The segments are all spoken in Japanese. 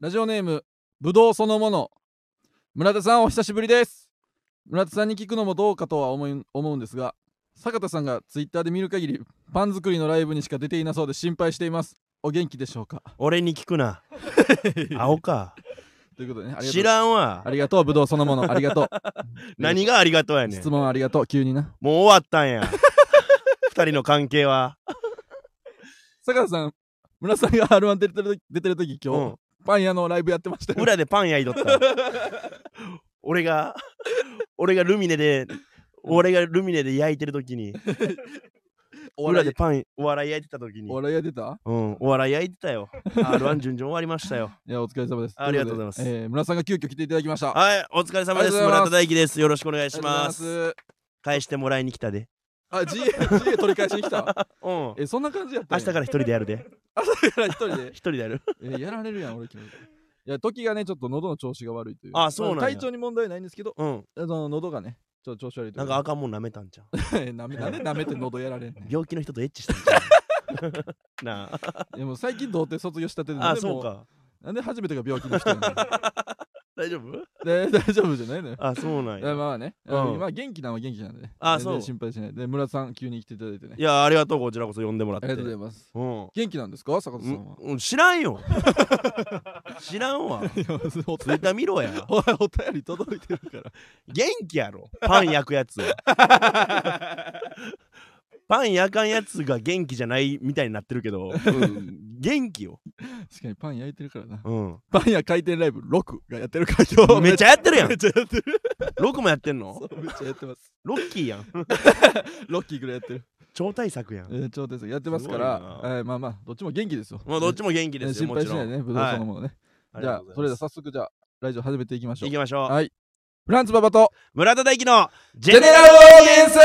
ラジオネームぶどうそのもの村田さんお久しぶりです村田さんに聞くのもどうかとは思い思うんですが坂田さんがツイッターで見る限りパン作りのライブにしか出ていなそうで心配していますお元気でしょうか俺に聞 くな青かということでねありがとう知らんわありがとうぶどうそのものあり がとう何がありがとうやねん質問ありがとう急になもう終わったん や二人の関係は坂田さん村田さんが R1 出てる時出てる時今日、うんパン屋のライブやってましたよ裏でパン焼いとった俺が俺がルミネで俺がルミネで焼いてる時にお裏笑いでパンお笑い焼いてた時にお笑いやってたうん、お笑い焼いて たよ。R1 順調終わりましたよ。いやお疲れ様ですありがとうございますということでえー村田さんが急遽来ていただきましたはい、お疲れ様です。ありがとうございます村田大樹です。よろしくお願いしまありす。がとう返してもらいに来たで。ございますあ GA, GA 取り返しに来たうん。明 えそんな感じやったん日やから一人でやるで。だ から一人で一人でやる。えーやられるやん俺君いや時がねちょっと喉の調子が悪いというあそうなんやま体調に問題はないんですけどうん。あの喉がねちょっと調子悪いといなうんか赤もん舐めたんじゃん。 えーなめなんでなめて喉やら れんねん病気の人とエッチしたんじゃん。 なあ。いやもう最近童貞卒業したてでなんあ、でそうもか。うなんで初めてが病気の人やねん大丈夫で 大丈夫じゃないのよあ、そうなんいやや。まあね、うんあの今元気なのは元気なんでねあ全然そう心配しないで村田さん急に来ていただいてねいや、ありがとう、こちらこそ呼んでもらっあて。りがとうございますうん元気なんですか坂田さんはうん。知らんよ。 知らんいわ。やおツイッ便りター見ろや。おお便り届いてるから元気やろパン焼くや つパン焼かんやつが元気じゃないみたいになってるけど、うん元気よ、確かにパン焼いてるからなうん、パン屋回転ライブ6がやってるから今日 めっちゃやってるやん めっちゃやって るロクもやってんのそうめっちゃやってますロッキーやんロッキーぐらいやってる、超大作や んえー、超天才やってますからすごいえーまあまあどっちも元気ですよまあどっちも元気気ですよ心も配ちしろないんでねぶどうそのものね、はいじゃあそれではりが早と速じゃあラジオ始めていきましょうございますう行きましょう、はいフランツババと村田大樹のジジェネラオルーディエンス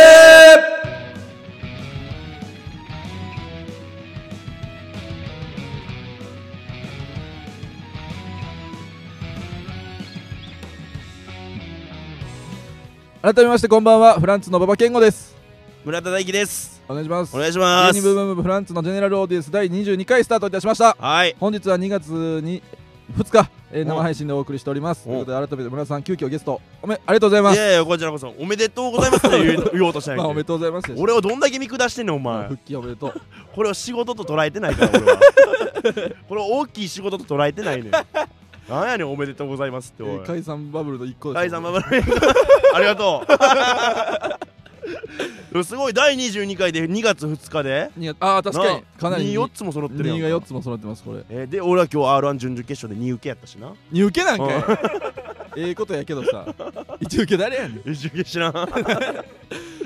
改めましてこんばんはフランツの馬場健吾です村田大樹ですお願いしますお願いします芸人ブームブームフランツのジェネラルオーディエンス第22回スタートいたしましたはい本日は2月に2日、えーお生配信でお送りしておりますとおいうことで改めて村田さん急遽ゲストおめありがとうございまいすやいやこちらこそおめでとうございますって言う言おうとした んまあおやめけでとうございますでしどた俺をどんだけ見下してんねんお前復帰おめでとうこれを仕事と捉えてないから俺はこれを大きい仕事と捉えてないねんなんやねんおめでとうございますってえおーい解散バブルの一個です第3番ありがとうでもすごい第22回で2月2日で新潟あー確かになあかなり二4つも揃ってるやん2かが4つも揃ってますこれえーで俺は今日 r 1準々決勝で2受けやったしな2受けなんかい ええことやけどさ1受け誰やねん準々決勝な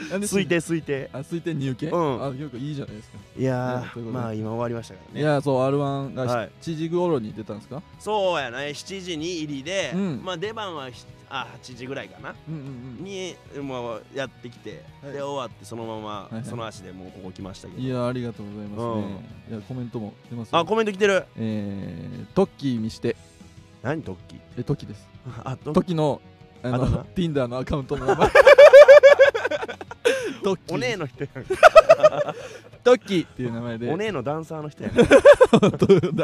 なんで 推定推定あ推定2受けうんあよくいいじゃないですかいやねというーことでまあ今終わりましたからいねやそう R1 はがい7時頃に出たんですかそうやね7時に入りで、うんまあ出番はひあ8時ぐらいかなうんうんに、まあ、やってきて、はいで終わってそのまま、いはいその足でもうここ来ましたけうどんいやありがとうございますねいやコメントも出ますよあコメント来てるえートッキーにして何トッキーってえトキです あトトキのああだの名 Tinder のアカウントの名 前トッキお姉ーの人やんトッキーっていう名前でお姉のダンサーの人やんダ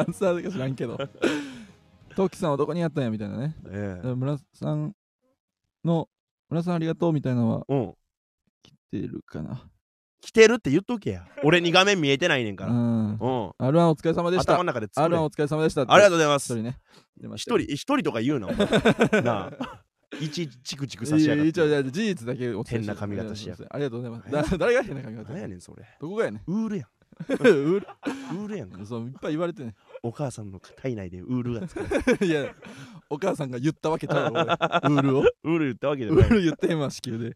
ンサーだか知らんけど。トキさんはどこにあったんやみたいなね。ええ村さんの、村さんありがとうみたいなのはうん来てるかな。来てるって言っとけや俺に画面見えてないねんかうらん。うん R1 お疲れ様でした頭の。中で作れ R1 あお疲れ様でした。りがとうとございま一す人ね。出ま一し人た一人とか言うなお 前なあいちいちチクチク差しやがっいい一応じてゃあ事実だけお伝えして変な髪型しやがありがとうございます。だ誰が変な髪型何やねんそれどこがやねんウールやん うるウールやんかそういっぱい言われてね。 お母さんの体内でウールがつくいや、お母さんが言ったわけちゃうよ 俺ウールを。ウール言ったわけじゃウないール言ってへんわ、子宮で。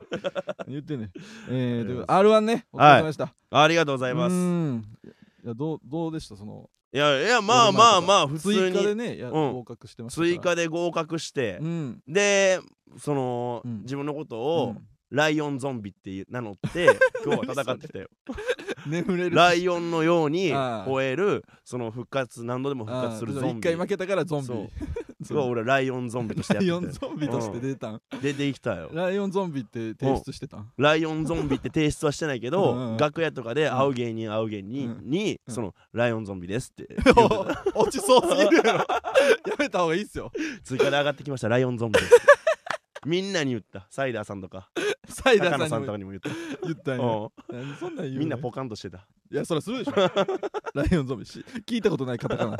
言ってね。えー、ということで R1 ね、お疲れ様でした。ありがとうございまうすーんいやどうどうでしたそのいやいやまあまあまあ普追通加にでねや、うん合格してましたから追加で合格して、うんでその、うん自分のことうを、んライオンゾンビって名 乗って今日は戦ってたよ眠れるライオンのようにああ吠えるその復活何度でも復活するあーゾンビ 一回負けたからゾンビそうすごい俺ライオンゾンビとしてやライオンってゾンビとして出たんて出てきたよライオンゾンビって提出してたんライオンゾンビって提出はしてないけど、うんうんうん楽屋とかで会う芸人会う芸人うに、うんそのライオンゾンビですって お落ちそうすぎるやろやめた方がいいっすよ追加で上がってきましたライオンゾンビですってみんなに言ったサイダーさんとかサイダ高野ーささんんとにかもにも言った言ったんやうなんでそんなん言うんのみんなポカンとしてたいやそりゃす るでしょライオンゾンビし聞いたことないカタカナ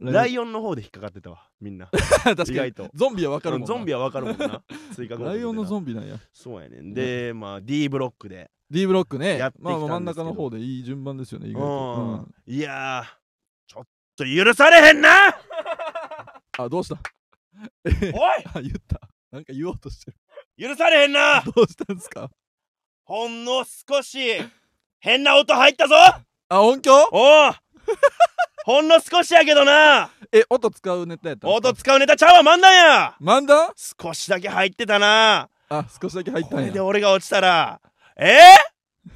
ライイオンの方で引っかかってたわみんなオン 確意かに外とゾンビはわかるもんゾンビはわかるもんな追加ライオンのゾンビンビなんやそうやねんで、まあ D ブロックで D ブロックねやってきたまんあですけど真ん中の方でいい順番ですよね意う外と、うんん、いやーちょっと許されへんな あどうした おいあ言ったなんか言おうと してる許されへんなどうしたんですかほんの少し変な音入ったぞあ音響おう ほんの少しやけどなえ音使うネタやったんですか音使うネタちゃうわ漫談や漫談少しだけ入ってたなあ少しだけ入ったこんれでや俺が落ちたらえー、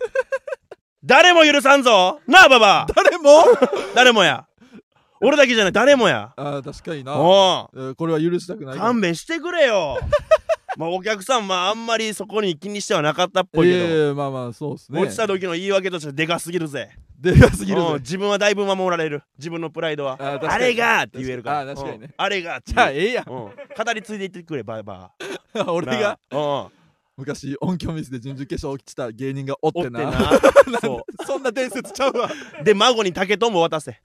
誰も許さんぞなあババア誰も誰もや俺だけじゃない誰もやあ確かにな、おえーこれは許したくなうい勘弁してくれ よまあお客さんまああんまりそこに気にしてはなかったっぽいいけやど、いやいやまあまあそうですね落ちた時の言い訳としてでかすぎるぜでかすぎるうんぜ自分はだいぶ守られる自分のプライドはあ確かにあれがって言えるからあ確かにねうんあれがじゃあうんええやん語り継いでいってくれバーバー 俺がなあ昔音響ミスで準々決勝落ちた芸人がおっうんおって てななそ そんな伝説ちゃうわうで孫に竹とんぼ 渡せ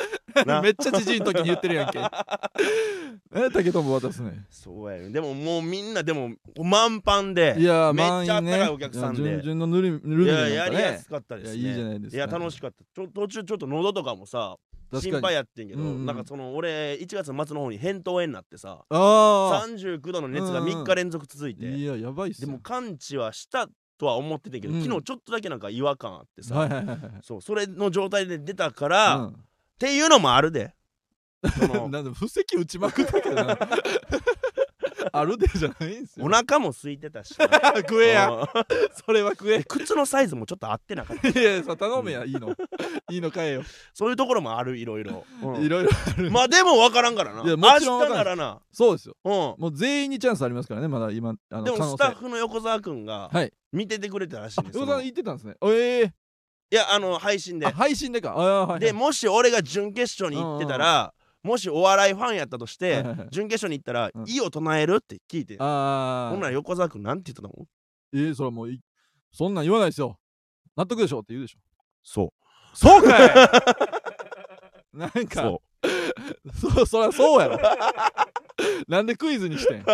なめっちゃじじいの時に言ってるやん けえだけども渡すねそうやねでももうみんなでも満帆でいやーめっ満ちゃあ員ったねかいお客さんでいや順々のルミルミいネやなんやかりやねすかったですねいやいいじゃないですかや楽しかったちょ途中ちょっと喉とかもさ確心かに配あやってんけど、うんうんなんかその俺1月の末の方に扁桃炎になってさあ39度の熱うがんうん3日連続続いて、ーいややばいっすでよも完治はしたとは思ってたけど、うん昨日ちょっとだけなんか違和感あってさ、はいはいはいはいそうそれの状態で出たから、うっんていうのもあるでそ のなんで布石打ちまくったけどな あるでじゃないんすおよ腹も空いてたしな 食えやうんそれは食えで靴のサイズもちょっと合ってなか ったいやいやさ頼めやいいのいいの買えよそういうところもあるいろいろ、うんいろいろまあでも分からんからないや明もちろん分日からなんらなそうですようんもう全員にチャンスありますからねまだ今あのでも可能性スタッフの横澤君がはい見ててくれたらしいあんです横よ澤さんい言ってたんですねええやあの配信であ配信でかあーはいでもし俺が準決勝に行ってたらもしお笑いファンやったとしはていはいはい準決勝に行ったらう「ん意を唱える?」って聞いてあほんなあら横澤君なんて言ってたのえー、それはもういそんなん言わないですよ納得でしょって言うでしょそうそうかいなんかそそうそりゃそうや ろなんでクイズにしてんいう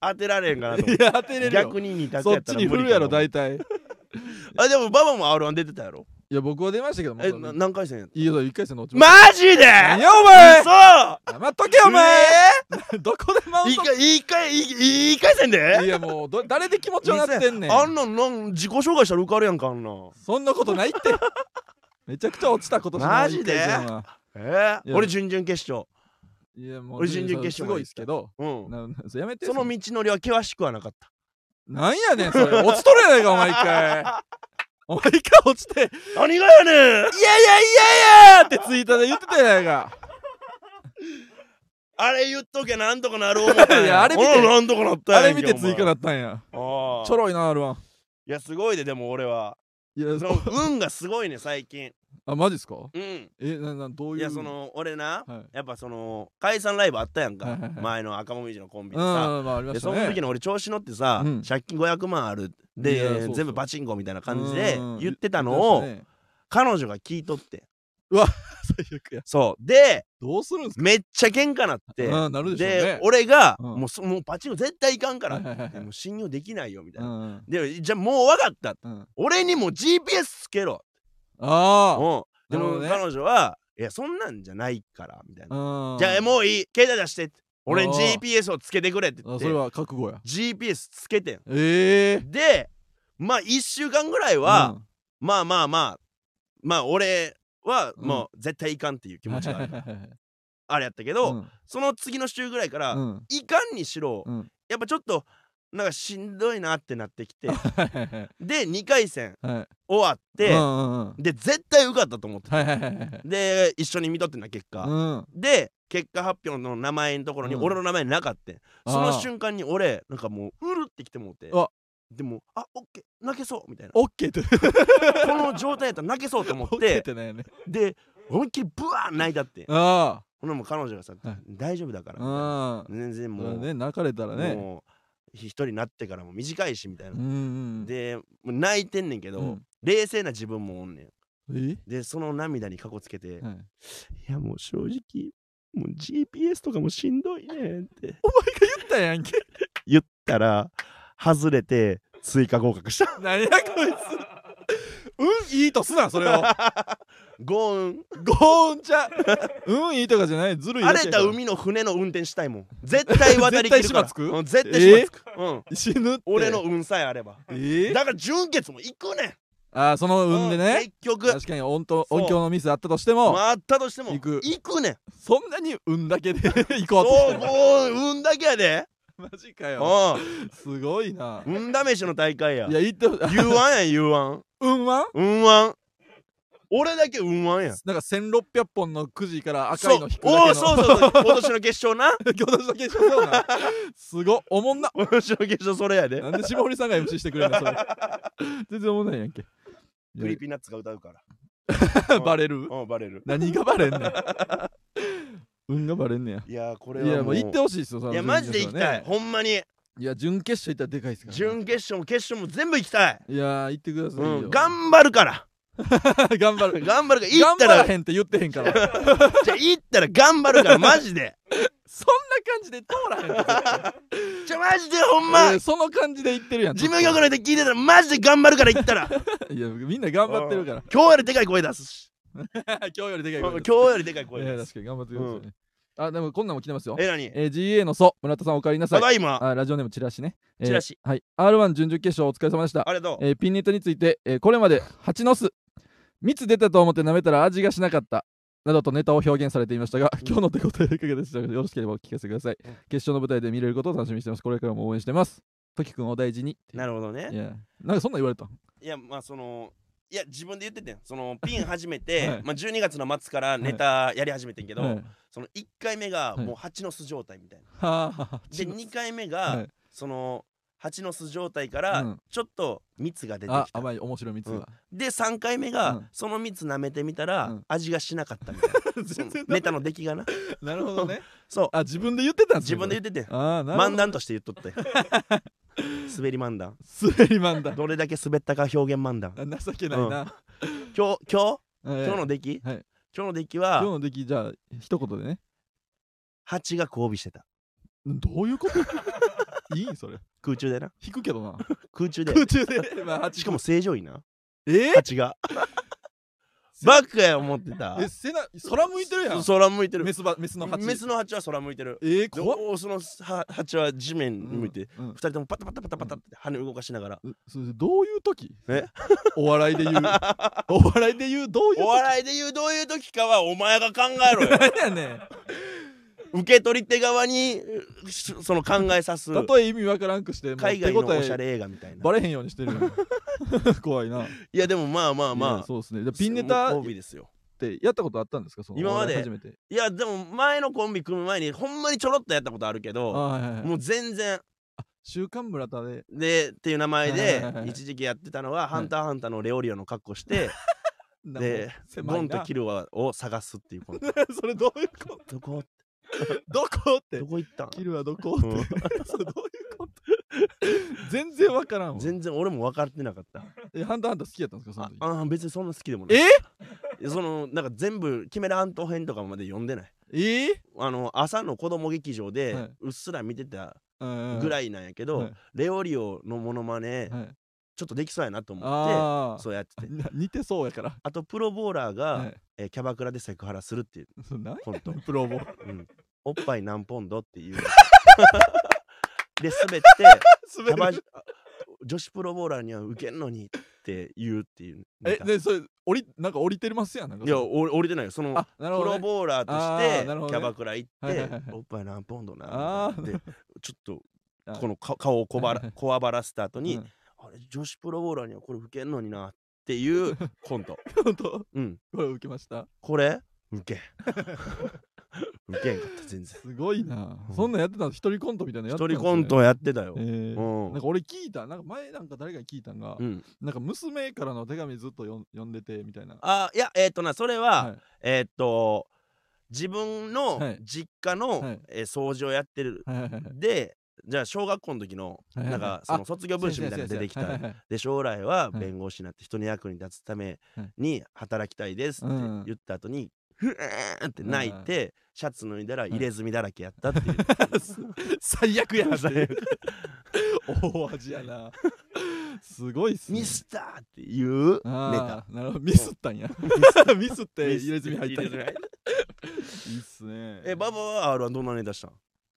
当てられへんかな と思っや当てれてるよ逆に二択そやっっちたらに振無る理かやなろ大体あでもババも R1 出てたやろいや僕は出ましたけどもえな何回戦いいよ一回戦の落ちマジで何やお前そう黙っとけよお前 どこでマウン一ト回一回いいいい回戦でいやもうど誰で気持ちをなってんねんあんなんなん自己紹介したら受かるやんかあんなんそんなことないってめちゃくちゃ落ちたことマジでえいー、や俺準々決勝いやもう俺準々決す勝ごまいでで行ったすけどうんななそれやめてその道のりは険しくはなかったなんやねんそれ落ちとるやないかお前一回お前一回落ちて「何がやねんいやいやいやいや!」ってツイッターで言ってたやないかあれ言っとけなんとかなる思ったんいやあれ見ておらなんとかなったやあんけれ見て追加だっったんやたあちちょょろろいなあるわいやすごいででも俺はいやそそ の運がすごいね最近あマジっすかうんえななどういういいやその俺なはいやっぱその解散ライブあったやんはかいはいはい前の赤もみじのコンビうんでさまあありまでしたそねの時の俺調子乗ってさうん借金500万あるいやそうそでう全部パチンコみたいな感じでうん言ってたのを言ってま彼女が聞いとってしたね最悪やそうでどうするんすかめっちゃ喧嘩なってうんなるでしょうねで俺がうんもうそもうパチンコ絶対いかんからはいはいはいはいでもう信用できないよみたいうなんうんでじゃあもう分かったうん俺にも GPS つけろあうんでなるほもどね彼女はいやそんなんじゃないからみたいなあじゃあうもういい携帯出してって俺にあー GPS をつけてくれって言あっそてれは覚悟や GPS つけてんええでまあ1週間ぐらいはまあまあまあまあ俺はうんもう絶対いかんっていう気気持ちが あるうあれやったけどんその次の週ぐらいからうんいかんにしろうんやっぱちょっとなんかしんどいなってなって きてはいはいはいで2回戦はい終わっうて、んうんうんで絶対受かったと思ってはいはいはいはいで一緒に見とってな結果、うんで結果発表の名前のところにうん俺の名前なかった、あーその瞬間に俺なんかもううるってきてもうてうわでもあオッケー泣けそうみ たいなオッケーってこの状態やったら泣けそうと思っ オッケーっててなんやねで思いっきりブワー泣いたってあほなもう彼女がさはい「大丈夫だからみたいな」あうん全然そもれう,、ね泣かれたらねもう一人になってからも短いしみたいなう、んうんでもう泣いてんねんけど、うん冷静な自分もおんねんえでその涙にかこつけて、はいいやもう正直もう GPS とかもしんどいねんって言ったやんけ 言ったら外れて追加合格した何やこいつうんいいとすな それをゴーンゴーンちゃんうんいいとかじゃないずるい荒だけれやかたら海の船の運転したいもん絶対渡りきるか絶対島らつくうん、絶対島つく、うん死ぬって俺の運さえあればえーだから純潔も行くねんああその運でうね結局確かに音とそう音響のミスあったとしても、回ったとしても行くねんそんなに運だけで 行こうとそうしてるもう運だけやでマジかようすごいなん運試しの大会やいや行ってほしい U1 やん U1 運は運1俺だけ運1やんなんか1600本のくじから赤いの引くだけそうおのうそうそ うそう今年の決勝な今年だけしそうなすごっおもんな今年の決勝それやでなんで霜降りさんが MC してくれんのそ れ全然おもんないやんけクリーピーナッツが歌うからいや バレるうんバレる何がバレんねん運がバレんねやいやこれいやはももうう行ってほしいですよそのいやマジで行き準決た勝いねほんまにいや準決勝行ったらでかいですからね、準決勝も決勝も全部行きたいいやー行ってくださいよ、うん頑張るから 頑張る頑張るから行頑った張ららへんって言ってへん からじゃあ行ったら頑張 るからマジでそんな感じで通らへんってじゃあマジでほんまえーその感じで言ってるやん事務局の人聞いてたらマジで頑張るから行ったら いやみんな頑張ってるから今日よりでかい声出すし 今日よりでかい今声日よりでかい声いや出確すかに頑張ってくださいね、あでもこんなんも来てますよえ何えー、GA の祖村田さんお帰りなさたいだいまあラジオネームチラシね、えーチラシはい R1 準々決勝お疲れ様でしたありがとうえーピンネットについて、えーこれまで蜂の巣蜜出たと思って舐めたら味がしなかったなどとネタを表現されていましたが今日の手応えいかがでしたかよろしければお聞かせくださいうん決勝の舞台で見れることを楽しみにしてますこれからも応援してますときくんお大事になるほどいねやなんかそんなん言われたいやまあそのいや自分で言っててんそのピン始めて、はいまあ、12月の末からネタやり始めてんけど、はいはその1回目がはいもう蜂の巣状態みたいな、あはあで2回目が、はいその蜂の巣状態からうんちょっと蜜が出てきたあ、甘い面白い蜜が、で3回目が、うんその蜜舐めてみたら、うん味がしなかったみたいな そのネタの出来がななるほどねそう あ自分で言ってたんです自ね分で言っててんこれああなるほ漫ど談として言っ とって滑り漫談滑り漫談どれだけ滑ったか表現漫談あ情けないな、今日今え日ー今日の出来、はい今日の出来今日はの出来じゃあ一言でね蜂が交尾してたどういうこと いいそれ空中でな引くけどな空中で空中で、まあ、8 しかも正常位なえ 蜂がバカや思ってたえ背な空向いてるやん空向いてるメスばメスの8メスの蜂は空向いてるえー、で怖っオスのは蜂は地面に向いて、うんうん二人ともパタパタパタパタって羽動かしながら、うそれどういう時え お笑い で言うお笑いで言うどういう時お笑いで言うどういう時かはお前が考えろよ 何やねん受け取り手側にしその考えさすたとえ意味わからんくしてもう海外の手応えおしゃれ映画みたいなバレへんようにしてるやん 怖いないやでもまあまあいやまあそうですねじゃあピンネタっ交尾ですよてやったことあったんですかその今までお笑い初めていやでも前のコンビ組む前にほんまにちょろっとやったことあるけあどはいはいはいもう全然週刊村田ででっていう名前はいではいはいはい一時期やってたのは「ハンターハンター」のレオリオの格好してなんかで 狭ゴいンとなキルアを探すっていうコンビ それ どういうことどこ どこってどこ行ったんキルはどこって、 うんそれどういうこと 全然わからんわ全然俺も分かってなかったえハンターハンター好きやったんですかそのあ時あー別にそんな好きでもないえいやそのなんか全部キメラ半島編とかまで読んでないええあの朝の子供劇場はでいうっすら見てたうんぐらいなんやけど、はいレオリオのモノマネ、はいちょっとできそうやなと思ってああそうやってて似てそうやからあとプロボーラーが、はいえーキャバクラでセクハラするっていうそれ何コ ント、プ ロボうん、おっぱい何ポンドっ ていうで滑ってキャバ女子プロボーラーにはウケんのにって言うっていうネえタでそれ降りなんか降りてますやんなんかいやお降りてないよそのあなるほプど、ロね、ボーラーとあしーてなるほどねキャバクラ行っはいはていはいはいおっぱい何ポンド あーなでちょっとはいこのか顔をこばらこわばらせた後に、うん あれ女子プロボウラーにはこれ受けんのになっ ていうコント本当うんこれ受けましたこれ受けん 受けんかった全然すごいなうんそんなんやってたの一人コントみたいなのや一ってたんです人ねコントやってたよ、えーうんなんか俺聞いたなんか前なんか誰かに聞いたんが、うん、なんか娘からの手紙ずっとよん読んでてみたいなあいやえっ、となそれは、はいえっ、と自分のはい実家の、はいえー掃除をやってる、はいはいはいはいでじゃあ小学校の時のはいはいなんかそのあ卒業文集みたいなのが出てきたはいはいはいで将来はい弁護士になって人の役に立つためはいに働きたいですってうん言った後にふーんって泣いてシャツ脱いだら入れ墨だらけやったっていう 最悪や んって最悪大味やなすごいっすねミスったっていうネタあーなるほどミスったんやミスって入れ墨入ったん入れや墨入ったいいっすねえババは R はどんなネタしたん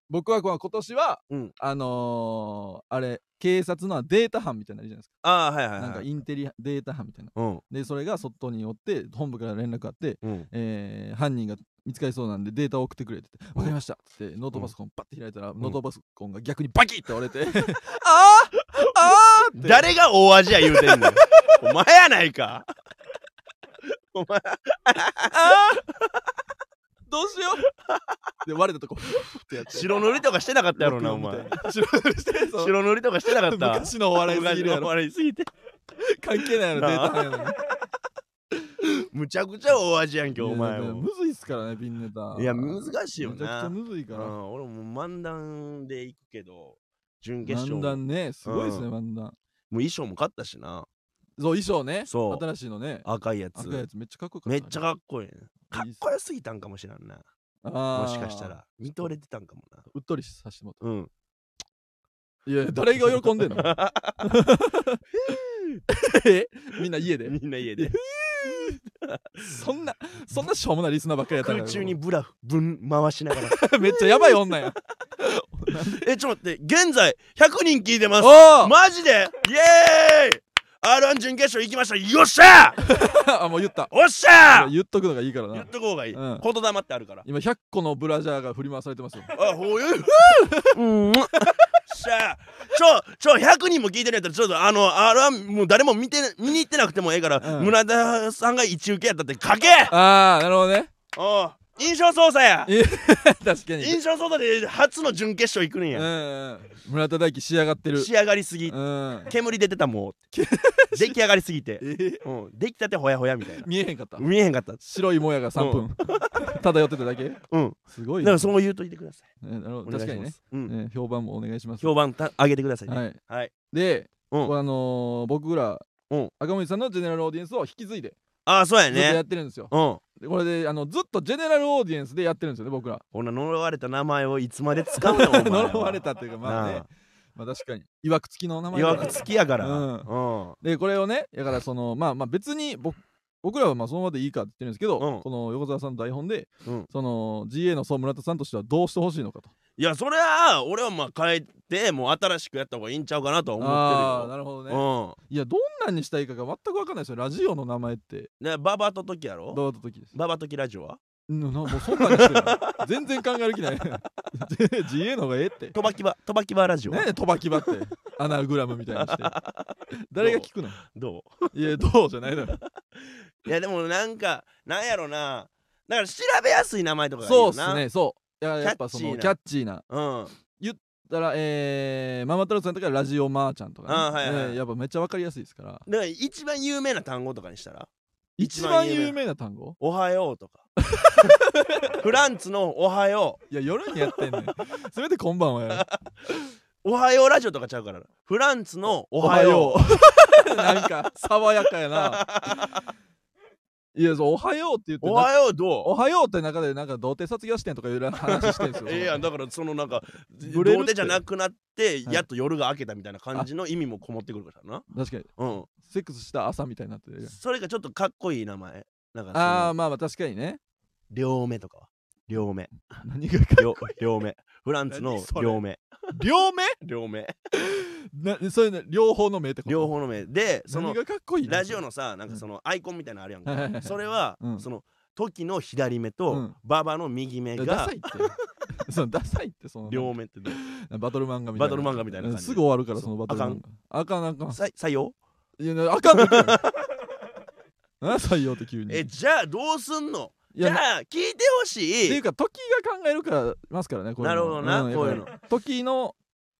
僕はこう今年は、うんあのー、あれ警察のデータ班みたいなのあるじゃないですああはいはか、いなんはかいインテリデータ班みたいなうんでそれが外におって本部から連絡あって、うんえー犯人が見つかりそうなんでデータを送ってくれって言って「わかりました」っつってノートパソコンパッて開いたら、ノートパソコンが逆にバキッて折れ て「あーあー!」って誰が大味や言うて んのお前やないかお前あーどうしよ うで割れたとこふーってやって白塗りとかしてなかったやろなお録音前みたい白塗りしてそう白塗りとかしてなかった昔のお笑いすぎるやろ笑いすぎて関係ないやろデータ班やのにむちゃくちゃ大味やんけ お前いやでももむずいっすからねピンネタいや難しいよめちゃくちゃなむずいかうらん俺も漫談で行くけど準決漫勝ももう談ねすごいっすねうん漫談衣装も買ったしなそう衣装ねそう新しいのね赤いやつ赤いやつめっちゃかっこよかっためねっちゃかっこいいねかっいいっすこよすぎたんかもしらんなあーもしかしたら見とれてたんかもなうっとりさせてもらっうんたいや誰が喜んでんの えみんな家でみんな家でそんなそんなしょうもないリスナーばっかりやったか空ら中にブラフぶん回しながら めっちゃやばい 女やえちょっと待って現在100人聞いてますおおマジでイエーイ R1 準決勝行きましたよっしゃー あもう言ったおっしゃー言っとくのがいいから言っなとこうがいい、うん言霊ってある から今100個のブラジャーが振り回されてますよあ、ほういう。うん。 しゃあ、ちょ、ちょ、100人も聞いてるやったら、ちょっとあの、あら、もう誰も見て、見に行ってなくてもええから、うん村田さんが一受けやったって書けああなるほどね おう印象操作やい確かに印象操作で初の準決勝行くんうんや。うん村田大輝仕上がってる仕上がりすぎう。ん煙出てたも う。出来上がりすぎて。えうん。出来たてほやほやみたいな。見えへんかった見えへんかった。白いもやが3分 漂ってただけうん。すごいなだからそう言うといてください。ねなるほおど願い確かしにまねす。うん。ね評判もお願いします評判た上げてくださいはね。いはい。でうこん。うあのー僕らうん赤森さんのジェネラルオーディエンスを引き継いでああ、そうやずっとやねっ。てるんですようん。でこれであのずっとジェネラルオーディエンスでやってるんですよね僕らほな呪われた名前をいつまで使うのお前は 呪われたっていうかまあねなまあ確かにいわくつきの名あ前いわくつきやからううんんうんでこれをねだからそのまあまあ別に僕僕らはまあそのままでいいかって言ってるんですけど、うんこの横澤さんの台本でその GA の総村田さんとしてはどうしてほしいのかといやそれは俺はまあ変えてもう新しくやった方がいいんちゃうかなとはあー思っなるほどてね、るよいやどんなんにしたいかが全く分かんないですよラジオの名前ってうんでババと時やろどうだった時ですババときラジオはうんなもうそんなんにしてる全然考える気ない GA の方がええってとばきばとばきばラジオは何でとばきばってアナグラムみたいにして誰が聞くのどいやどうじゃないのよういやでもなんかなんやろなだから調べやすい名前とかがいいそうよっなすねそういややっぱそのキキャャッチーなうんだからえー、ママタロウさんとかラジオマーちゃんとかねあーはいはいえーやっぱめっちゃ分かりやすいですからだから一番有名な単語とかにしたら一一番番有有名な単語おはようと かフランツのおはよういや夜にやってんねんせめてこんばんはやる おはようラジオとかちゃうからなフランツのおはよううなんか爽やかやないやそうおはようって言っておなはようどおはようって中でなんか童貞卒業してんとかいう話してんす うよええやんだからそのなんかブレるって童貞じゃなくなってはいやっと夜が明けたみたいな感じの意味もこもってくるからな確かにうんセックスした朝みたいになってるやんそれがちょっとかっこいい名前なんかそあーのまあまあ確かにね 両目とかは両目何がか両両目フランツの何それ両目両目両目 なそういうの両方の目ってこと両方の目でそ何のがかっこいいのラジオのさなんかそのアイコンみたいなのあるやんはいはいはかいそれはうんその時の左目うとんババの右目いやダがサいって そのダサいってその両面ってどうバトル漫画みたいなバトル漫画みたいな感じすぐ終わるからそのそうバトル漫画あかんあかんさ採用いやなあかんって 言うからな採用って急にえじゃあどうすんのいじゃやあ聞いてほしっていいうか時が考えるからますからねこういうのなるほどなんやっぱりこうい時の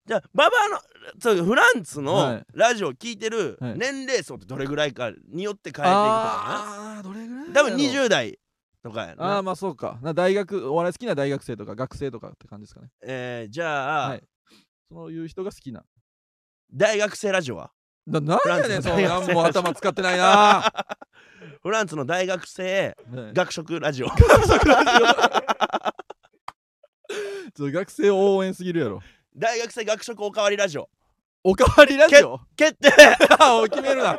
じゃあババアのそうフランツはのいラジオ聞いてるはい年齢層ってどれぐらいかによって変えていくかあーどれぐらいなだ多ろう分20代とかやああなまあそうかな大学お笑い好きな大学生とか学生とかって感じですかねえーじゃはあいそういう人が好きな大学生ラジオはななんやねんそフランのスなのんも頭使ってないな フランツの大学生ね学食ラ ジオちょっと学生応援すぎるやろ大学生学食おかわりラジオおかわりラジオ決定お決めるな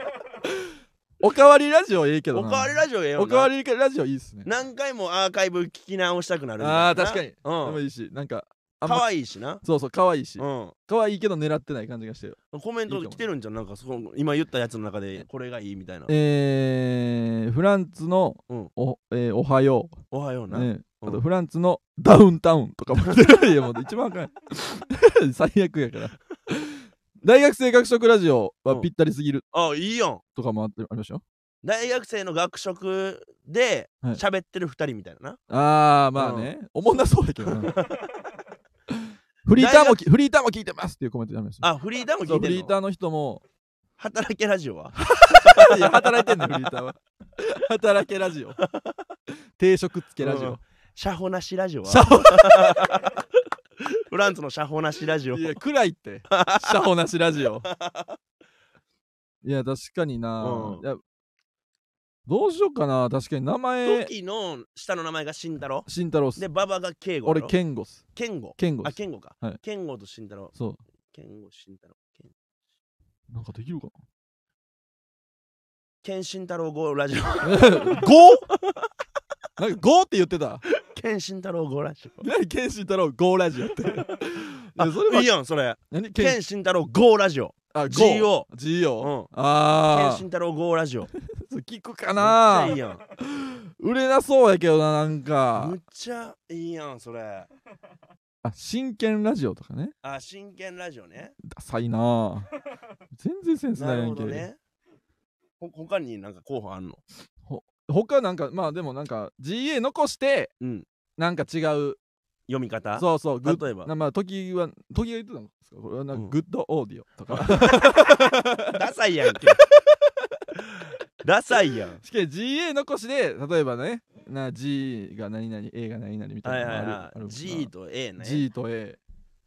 おかわりラジオええけどおなかわりラジオええよなおかわりラジオいいっすね何回もアーカイブ聞き直したくなるみたいなあー確かに、でもうんいいしなんかあんま可愛いしなそうそう可愛いしうん可愛いけど狙ってない感じがしてるコメントで来てるんじゃんなんかその今言ったやつの中でこれがいいみたいなえー、フランツのうんお,、えーおはよおはようう、な、ねうんあとフランツのダウンタウンとかもいやもう一番あかん 最悪やから大学生学食ラジオはぴったりすぎるあいいやんとかもあってありましたよ大学生の学食ではい喋ってる二人みたいなな、ああまあね、おもんなそうだけど なフリーターもきフリーターも聞いてますっていうコメントになりましたあフリーダムそ聞ういフてリるーのターの人も働けラジオはいや働いてんのフリーター は働けラジオ定食つけラジうオん、車法なしラジオシャはホ フランツの車法なしラジオいや暗いって シャホなしラジオいや確かにな、うんいやどうしようかな確かに名前時の下の名前が慎太郎慎太郎っすで馬場が慶吾俺ケンゴス健吾ケンゴあス健吾か、はい健吾と慎太郎そ健吾慎太郎健うなんかできるか 健慎太郎号ラジオ なゴーなんかゴーって言ってた健慎太郎号ラジオ何ケンシン太郎ゴーラジオって。 いやあそれはいいやんそれ何ケン健慎太郎号ラジオあ GO。 GO。健あ慎太郎号ラジオあ。聞くかなめっちゃいいやん売れなそうやけどな、なんかむ。っちゃいいやんそれあ、真剣ラジオとかね。あ真剣ラジオねダサい な。全然センスなないるやほんどけ。ねほ他になんか候補あんの他なんか、まあでもなんか GA 残して、うんなんか違う。読み方そうそう、グッ例えばなまあ、時は、時が言ってたのですかこれはなんうかんグッドオーディオとか。ダサいや んけダサいやんしかし GA 残しで、例えばね、な G が何々、A が何々みたはいいなのはあいるはあいる G と A ね G と A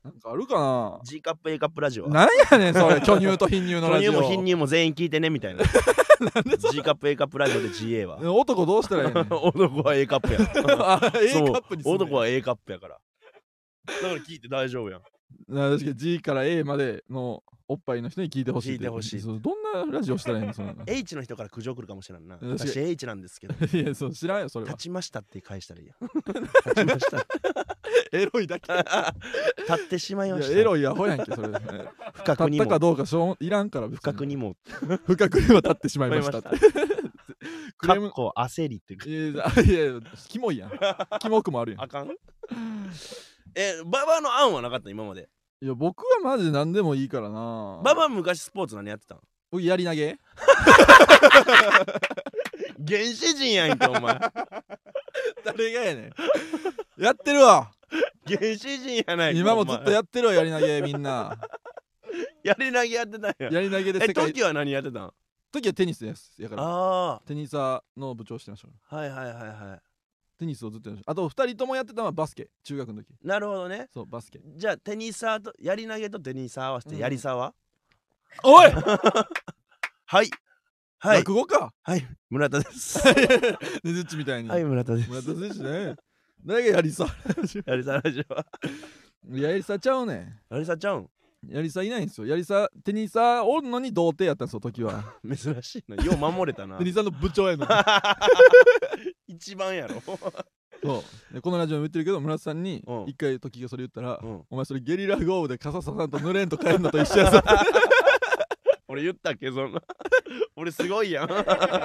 なんかあるか G カップ A カップラジオななんやねんそれ巨乳と貧乳の巨ラジ乳オも貧乳も全員聞いてねみたいな G カップ A カップラジオで GA は男どうしたら いいねん男は A カップやあ A カそうップにすんねん男は A カップやからだから聞いて大丈夫やんな確かに G から A までのおっぱいの人に聞いてほしいって聞いてほしいそうどんなラジオしたらいいのそんな H の人から苦情来るかもしれんなうん確かに私 H なんですけどいやそう知らんよそれは立ちましたって返したらいいやん立ちましたエロいだけ 立ってしまいいやましたエロいアホやんけそれ立不覚にったかもどうかしょういらんから不覚にもも深くには立ってしまいました思いクかレーっムこ焦りっていやいやいやいやキモい やんキモくもあるやん あかんえババアの案はなかった今までいや僕はマジ何でもいいからなババア昔スポーツ何やってたん僕やり投げ原始人やんけお前原誰がやねん やってるわ始人やないか今もおず前っとやってるわやり投げみん なやり投げやってたんややり投げでえ世界時は何やってたん時はテニスですやからあテニサーの部長してましたからあはいはいはいはテニスをずっとやってましたあと2人ともやってたのはバスケ中学の時いなるほどねそうバスケじゃあテニサーとやり投げとテニサー合わせうてんやりサーは、 おい、はいはい落語 かはい村田ですねずっちみたいに、はい村田です村田選手ね誰がやりさやりさラジオはやりさちゃうねんやりさちゃうんやりさいないんですよやりさテニサーおんのに童貞やったんですよ時 は珍しいなよう守れた な テニサーの部長やのに一番やろ、そうでこのラジオも言ってるけど村田さんにうん一回時がそれ言ったら、うん、お前それゲリラ豪雨で傘ささんと濡れんと帰るのと一緒 やぞ俺言ったっけそんな俺すごいやん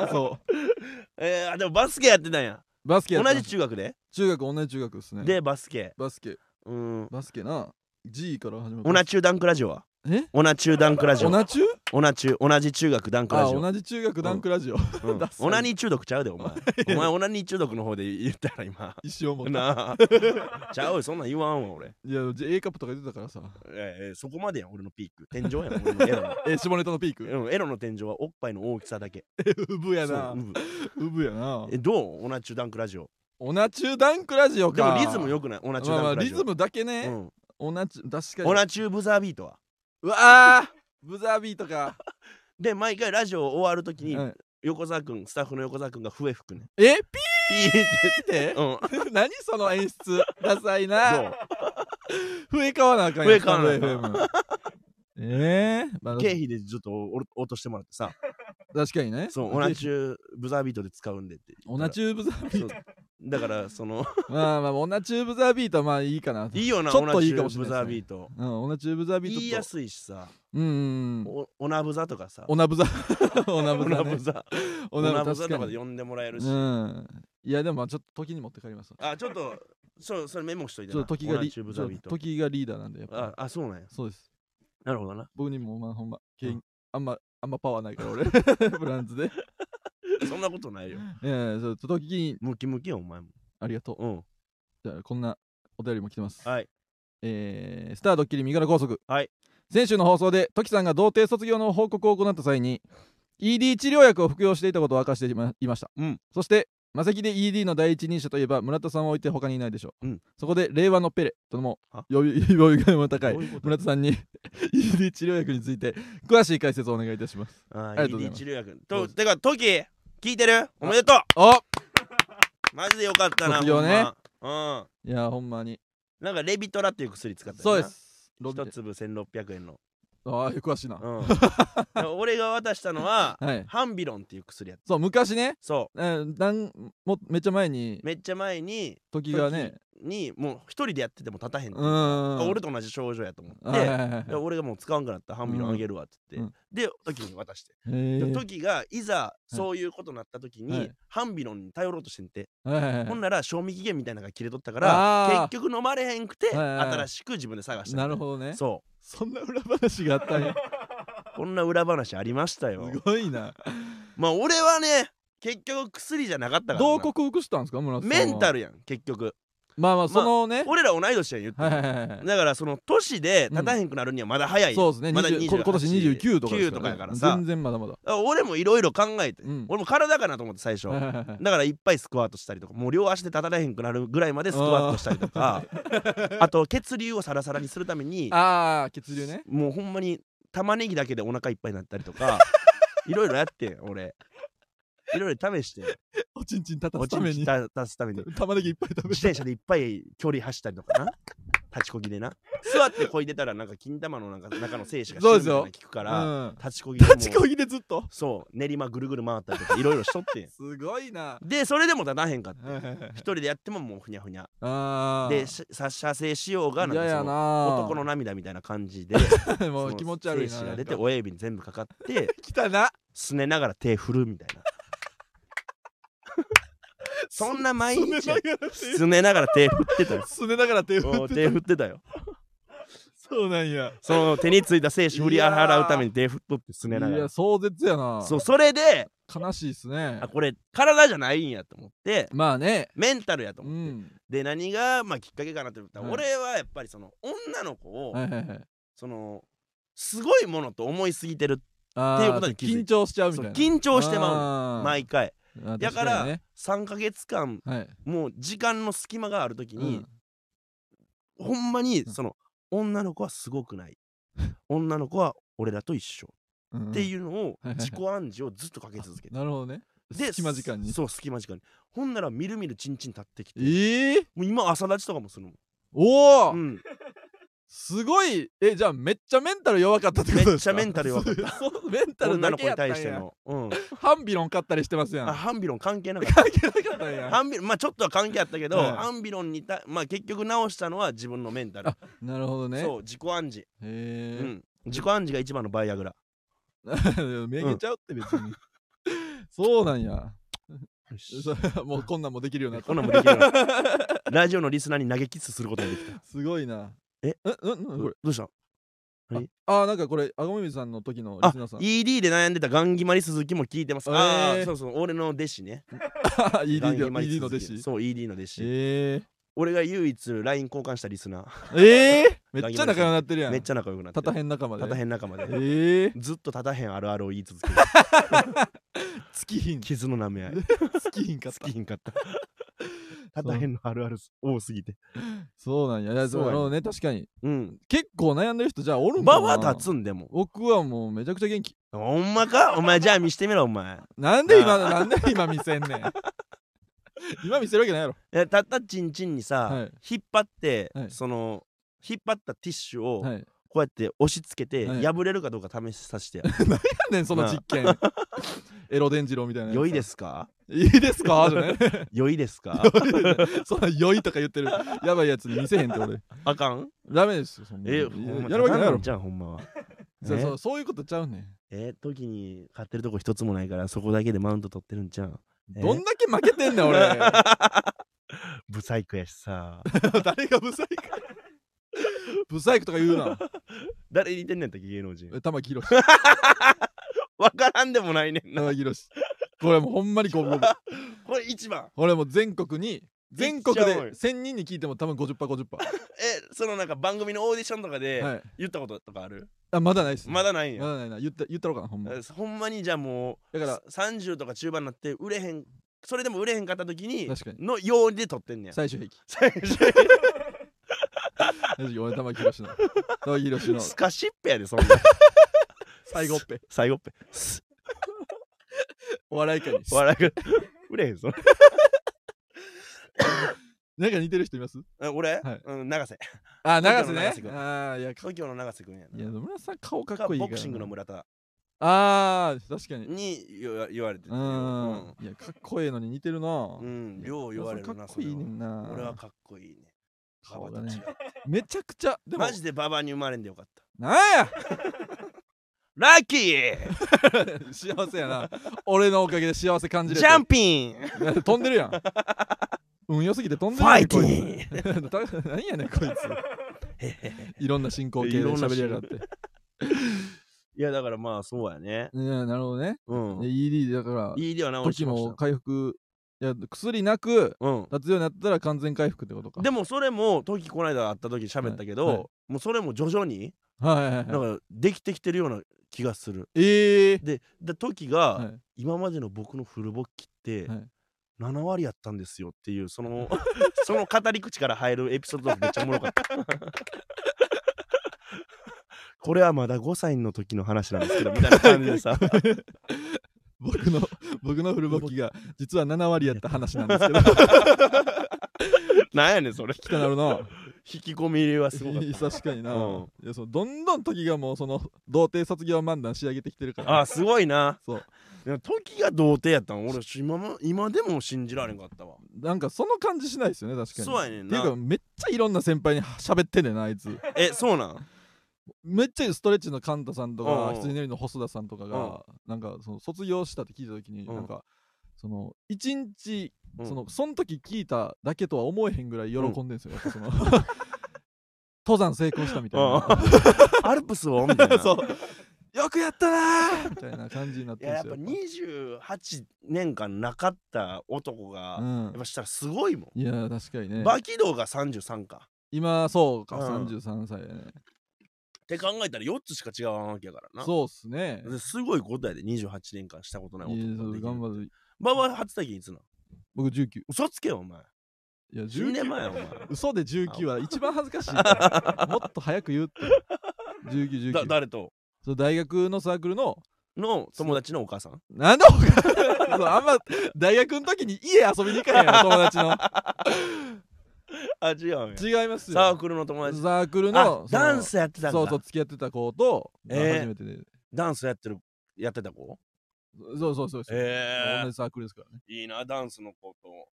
そうえー、あでもバスケやってたんやバスケやって同まじした中学で中学同じ中学ですねでバスケバスケうんバスケな G から始まるオナ中ダンクラジオはえオナ中ダンクラジオオナ中オナ中同じ中学ダンクラあジオ同じ中学ダンクラジオ、うんダサいオナニー中毒ちゃうで お前お前オナニー中毒の方で言ったら今一生もいなあちゃうよそんなん言わんわ俺やじゃ A カップとか出てた からさええそこまでやん俺のピーク天井やん俺のエロのえ下ネタのピー クうんエロの天井はおっぱいの大きさだけうぶやそなううぶうぶやなえどうオナ中ダンクラジオオナ中ダンクラジオでかもリズムよくないオナ中まあまダあンクラリジオズムだけね、うんオナ中確かにオナ中ブザービートはうわーブザービーとか、で毎回ラジオ終わるときにうん横澤君スタッフの横澤君が笛吹くねえ ピ ーってピーってうん何その演出ダサいどなう笛買わなあかんやん笛買わなあかんスタンド FM ええまあ、経費でちょっとおろ落としてもらって さ確かにねそうオナ中ブザービートで使うんでってオナチューブザービートだからそ のまあまあオナチューブザービートはまあいいかないいよなちょオっナといい中かもしれブなザいーですねビートうんオナチューブザービート言といやすいしさうんうんうんおオナブザとかさオナ ブザオナオブナザブねザオオナブナブザ確かとかでに呼んでもらえるしうんいやでもまあちょっと時に持って帰りますわあちょっとそうそれメモしといてちょなっと時オがナリ中ブザービーちょト時がリーダーなんでやっぱああそうなんやそうですなるほどな僕にもまあほんまけうんんあんまあんまパワーないから俺 ブランズでそんなことないよええそう時にムキムキよお前もありがとううんじゃあこんなお便りも来てますはいえースタードッキリ身柄拘束、はい先週の放送でトキさんが童貞卒業の報告を行った際に ED 治療薬を服用していたことを明かしていまいました、うんそしてマセキで ED の第一人者といえば村田さんを置いて他にいないでしょう、うんそそこで令和のペレともあ呼び 呼び声も高いどういうこと村田さんに ED 治療薬について詳しい解説をお願いいたしますりがあーとうござい ED ます治療薬どうとぞてかトキ聞いてるおめでとうおマジでよかったな卒業ねほんまうんいやほんまになんかレビトラっていう薬使ったよそうなですロビ一で粒1600円の、ああ詳しいな、うん、俺が渡したのは はいハンビロンっていう薬やったそう昔ね、そえーなんもめっちゃ前にうめっちゃ前に時がねにもう一人でやってても立たへんっていううーんあ俺と同じ症状やと思って、はいはいはいはいで俺がもう使わんくなったらハンビロンあげるわって言って、でトキに渡して、へーでトキがいざそういうことになった時に、はいハンビロンに頼ろうとしてんて、はいはいはいほんなら賞味期限みたいなのが切れとったかあーら結局飲まれへんくて、はいはいはい新しく自分で探したなるほどねそそんな裏話があったん やうこんな裏話ありましたよすごいなまあ俺はね結局薬じゃなかったからなどう克服したんですか村田さんメンタルルやん結局まあまあそのね、俺ら同い年やん言っても、はいはいはいはいだからその年で立たへんくなるにはまだ早いやん、そうですね、まだ20 28こ今年29とかです9とかやからさ全然まだまだだから俺もいろいろ考えて、うん俺も体かなと思って最初、はいはいはいはいだからいっぱいスクワットしたりとかもう両足で立たれへんくなるぐらいまでスクワットしたりとかあと血流をサラサラにするため にああ血流ねもうほんまに玉ねぎだけでお腹いっぱいになったり とかいろいろやってん俺いろいろ試しておちんちん立た おすちたんめちにん立たすために玉ねぎいっぱい食べ自転車でいっぱい距離走ったりとかな立ちこぎでな座ってこいでたらなんか金玉のなんか中の精子が死ぬみたいなの聞くから、うん立ちこぎでもう立ちこぎでずっとそう練馬ぐるぐる回ったりとかいろいろしとってんすごい なでそれでも立たへんかったはいはいはいはい一人でやってももうふにゃふにゃああでしさ射精しようがなん嫌かやそのな男の涙みたいな感 じでもそうの気持ち悪い精な子ながん出てか親指に全部かかって来たなすねながら手振るみたい なそんな毎すね日ながら手すねながら手振ってたよすねながら 手もをう手振ってたよそうなんやその手についた精子振り払うために手振っとってすいねながやら壮絶やなそうそれで悲しいっすねあこれ体じゃないんやと思ってまあねメンタルやとう思って、んで何がまあきっかけかなって思ったら、はい俺はやっぱりその女の子を、はいはいはいそのすごいものと思いすぎてるあーっていうことに気づいた緊張しちゃうみたいなそう緊張してまうまの毎回回だから3ヶ月間はいもう時間の隙間がある時うにん、ほんまにうんその女の子はすごくない女の子は俺らと一緒うんっていうのをはいはいはい自己暗示をずっとかけ続けてなるほどねで隙間時間にそう隙間時間にほんならみるみるちんちん立ってきてええもう今朝立ちとかもするもんおおうんすごいえじゃあめっちゃメンタル弱かったってことですかめっちゃメンタル弱かった そうメンタル女だのけ子やにったん対してやのうんハンビロン買ったりしてますやん あハンビロン関係なかった関係なかったんやハンビロンまあちょっとは関係あったけど、はいハンビロンにたまあ結局直したのは自分のメンタルあ、なるほどねそう自己暗示、へうえん自己暗示が一番のバイアグラ めげちゃうって別に、そうなんやよしそうもうこんなんもできるようになったこんなんもできるようにラジオのリスナーに投げキスすることができたすごいなえうんうんうんこれどうしたああなんかこれあごめみさんの時のリあスナーさん ED で悩んでたガンギマリ鈴木も聞いてます、あえあーそうそう俺の弟子ね ED ガンでギマリ ED の鈴木弟子そう ED の弟子、え俺が唯一 LINE 交換したリスナー、え ー、めっちゃ仲良くなってるやーんめっちゃ仲良くなってたるたへん仲間でたたへん仲間で、ええー、ずっとたたへんあるあるを言い続ける 月ひん傷の舐め合い月ひんかっ好たきひん かったたたへんのあるある多すぎてそうなんやいやそうやろうね確かにうん結構悩んでる人じゃあおるん場かはな立つんでも僕はもうめちゃくちゃ元気ほんまかお前じゃあ見してみろお前なんで 今ななんで今見せんねん 今見せるわけないやろえたったちんちんにさ、はい引っ張って、はいその引っ張ったティッシュを、はいこうやって押し付けて、はい破れるかどうか試させてやる何やねんその実験 エロ伝次郎みたいな良いですすかいい です かじゃね良いですかそんな良いとか言ってるやばいやつに見せへんって俺あ かんダメですよそんなえやほんまやるわけないや頼ろんじゃんほんまはそうえそうそういうことちゃうねんえ時に買ってるとこ一つもないからそこだけでマウント取ってるんじゃんえどんだけ負けてんねん 俺ブサイクやし さ誰がブサイクブサイクとか言うな誰に似てんねんだっけ芸能人え玉木宏わからんでもないねんな玉木宏これもうほんまにゴブゴブこれ一番俺もう全国に全国いっちゃおうでよ1000人に聞いても多分 50%50% えそのなんか番組のオーディションとかではい言ったこととかある、あまだないっすまだないんまや、だないな言った言ったろうかなほんまえほんまにじゃあもうだからさ30とか中盤になって売れへんそれでも売れへんかった時に確かにのようで撮ってんねや最終兵器最初最終兵器俺玉木宏の玉木 宏のスカシッペやでそんな最後っぺ最後っぺスお笑い界に笑いが売れへんぞなんか似てる人いますえ俺、はいうん、永瀬あ東永京瀬のね永瀬君ああいやか東京の永瀬君やないや野村さん顔かっかこいいかボらなクシングの村田ああ確かにに言わ言われててうーんいやかっこええのに似てるなうん、うん、量言われるなかっこいいねんなそれは俺はかっこいいねバ顔バがとね違うめちゃくちゃでもマジでババアに生まれんでよかったなんや ラッキー幸せやな俺のおかげで幸せ感じるジャンピン 飛んでるやん運良すぎて飛んでるフやァんイテこいつ ィた何やねんこいついろんな進行形でいろんな喋りやがっていやだからまあそうやねいやなるほどねうでん ED だからいいでは直時しましも回復いや薬なくたうん立つようになったら完全回復ってことかでもそれも時この間会った時喋ったけど、はいはいもうそれも徐々にはいはいはいなはいんかできてきてるような気がするええでで時が、はい今までの僕のフルボッキってはい7割やったんですよっていう その その語り口から入るエピソードめっちゃおもろかったこれはまだ5歳の時の話なんですけどみたいな感じ でさ僕の僕のフルボッキが実は7割やった話なん ですけどなんやねんそれ来たなるな引き込み入れはすごか っ確かにな、うんいやそうどんどん時がもうその童貞卒業漫談仕上げてきてるかたらあすごいなそうでも時が童貞やったん俺今も今でも信じられんかったわなんかその感じしないですよね確かにそうやねんなっていうかめっちゃいろんな先輩には喋ってんねんなあいつえそうなんめっちゃストレッチのカンタさんとうんうかん羊のりの細田さんとかがなんかその卒業したって聞いた時にうんなんかその一日うんそのその時聞いただけとは思えへんぐらい喜んでんす よ、やっぱその 登山成功したみたいな、うん アルプスをみたいな そうよくやったなーみたいな感じになっいてやるんやでっすぱよ28年間なかった男が、うやんっぱしたらすごいもん、いやー確かにねバキドーが33か今そうか、うん33歳やねって考えたら4つしか違わんわけやからなそうっすねですごいことやで28年間したことないいや男そがうでき頑る張るババア初体験いつなん僕19嘘つけよお前いや10 19年前やお前嘘で19は一番恥ずかし いもっと早く言うって1919だ誰とそう大学のサークルのの友達のお母さんなんでおかそうあんま大学の時に家遊びに行かへん やろ友達のあ違うんや違いますよサークルの友達サークルあのそのダンスやってたんだそうそう付き合ってた子とがえー初めてで、ダンスやってる やってた子そうそうそうそうえー 同じサークルですからねいいなダンスの子と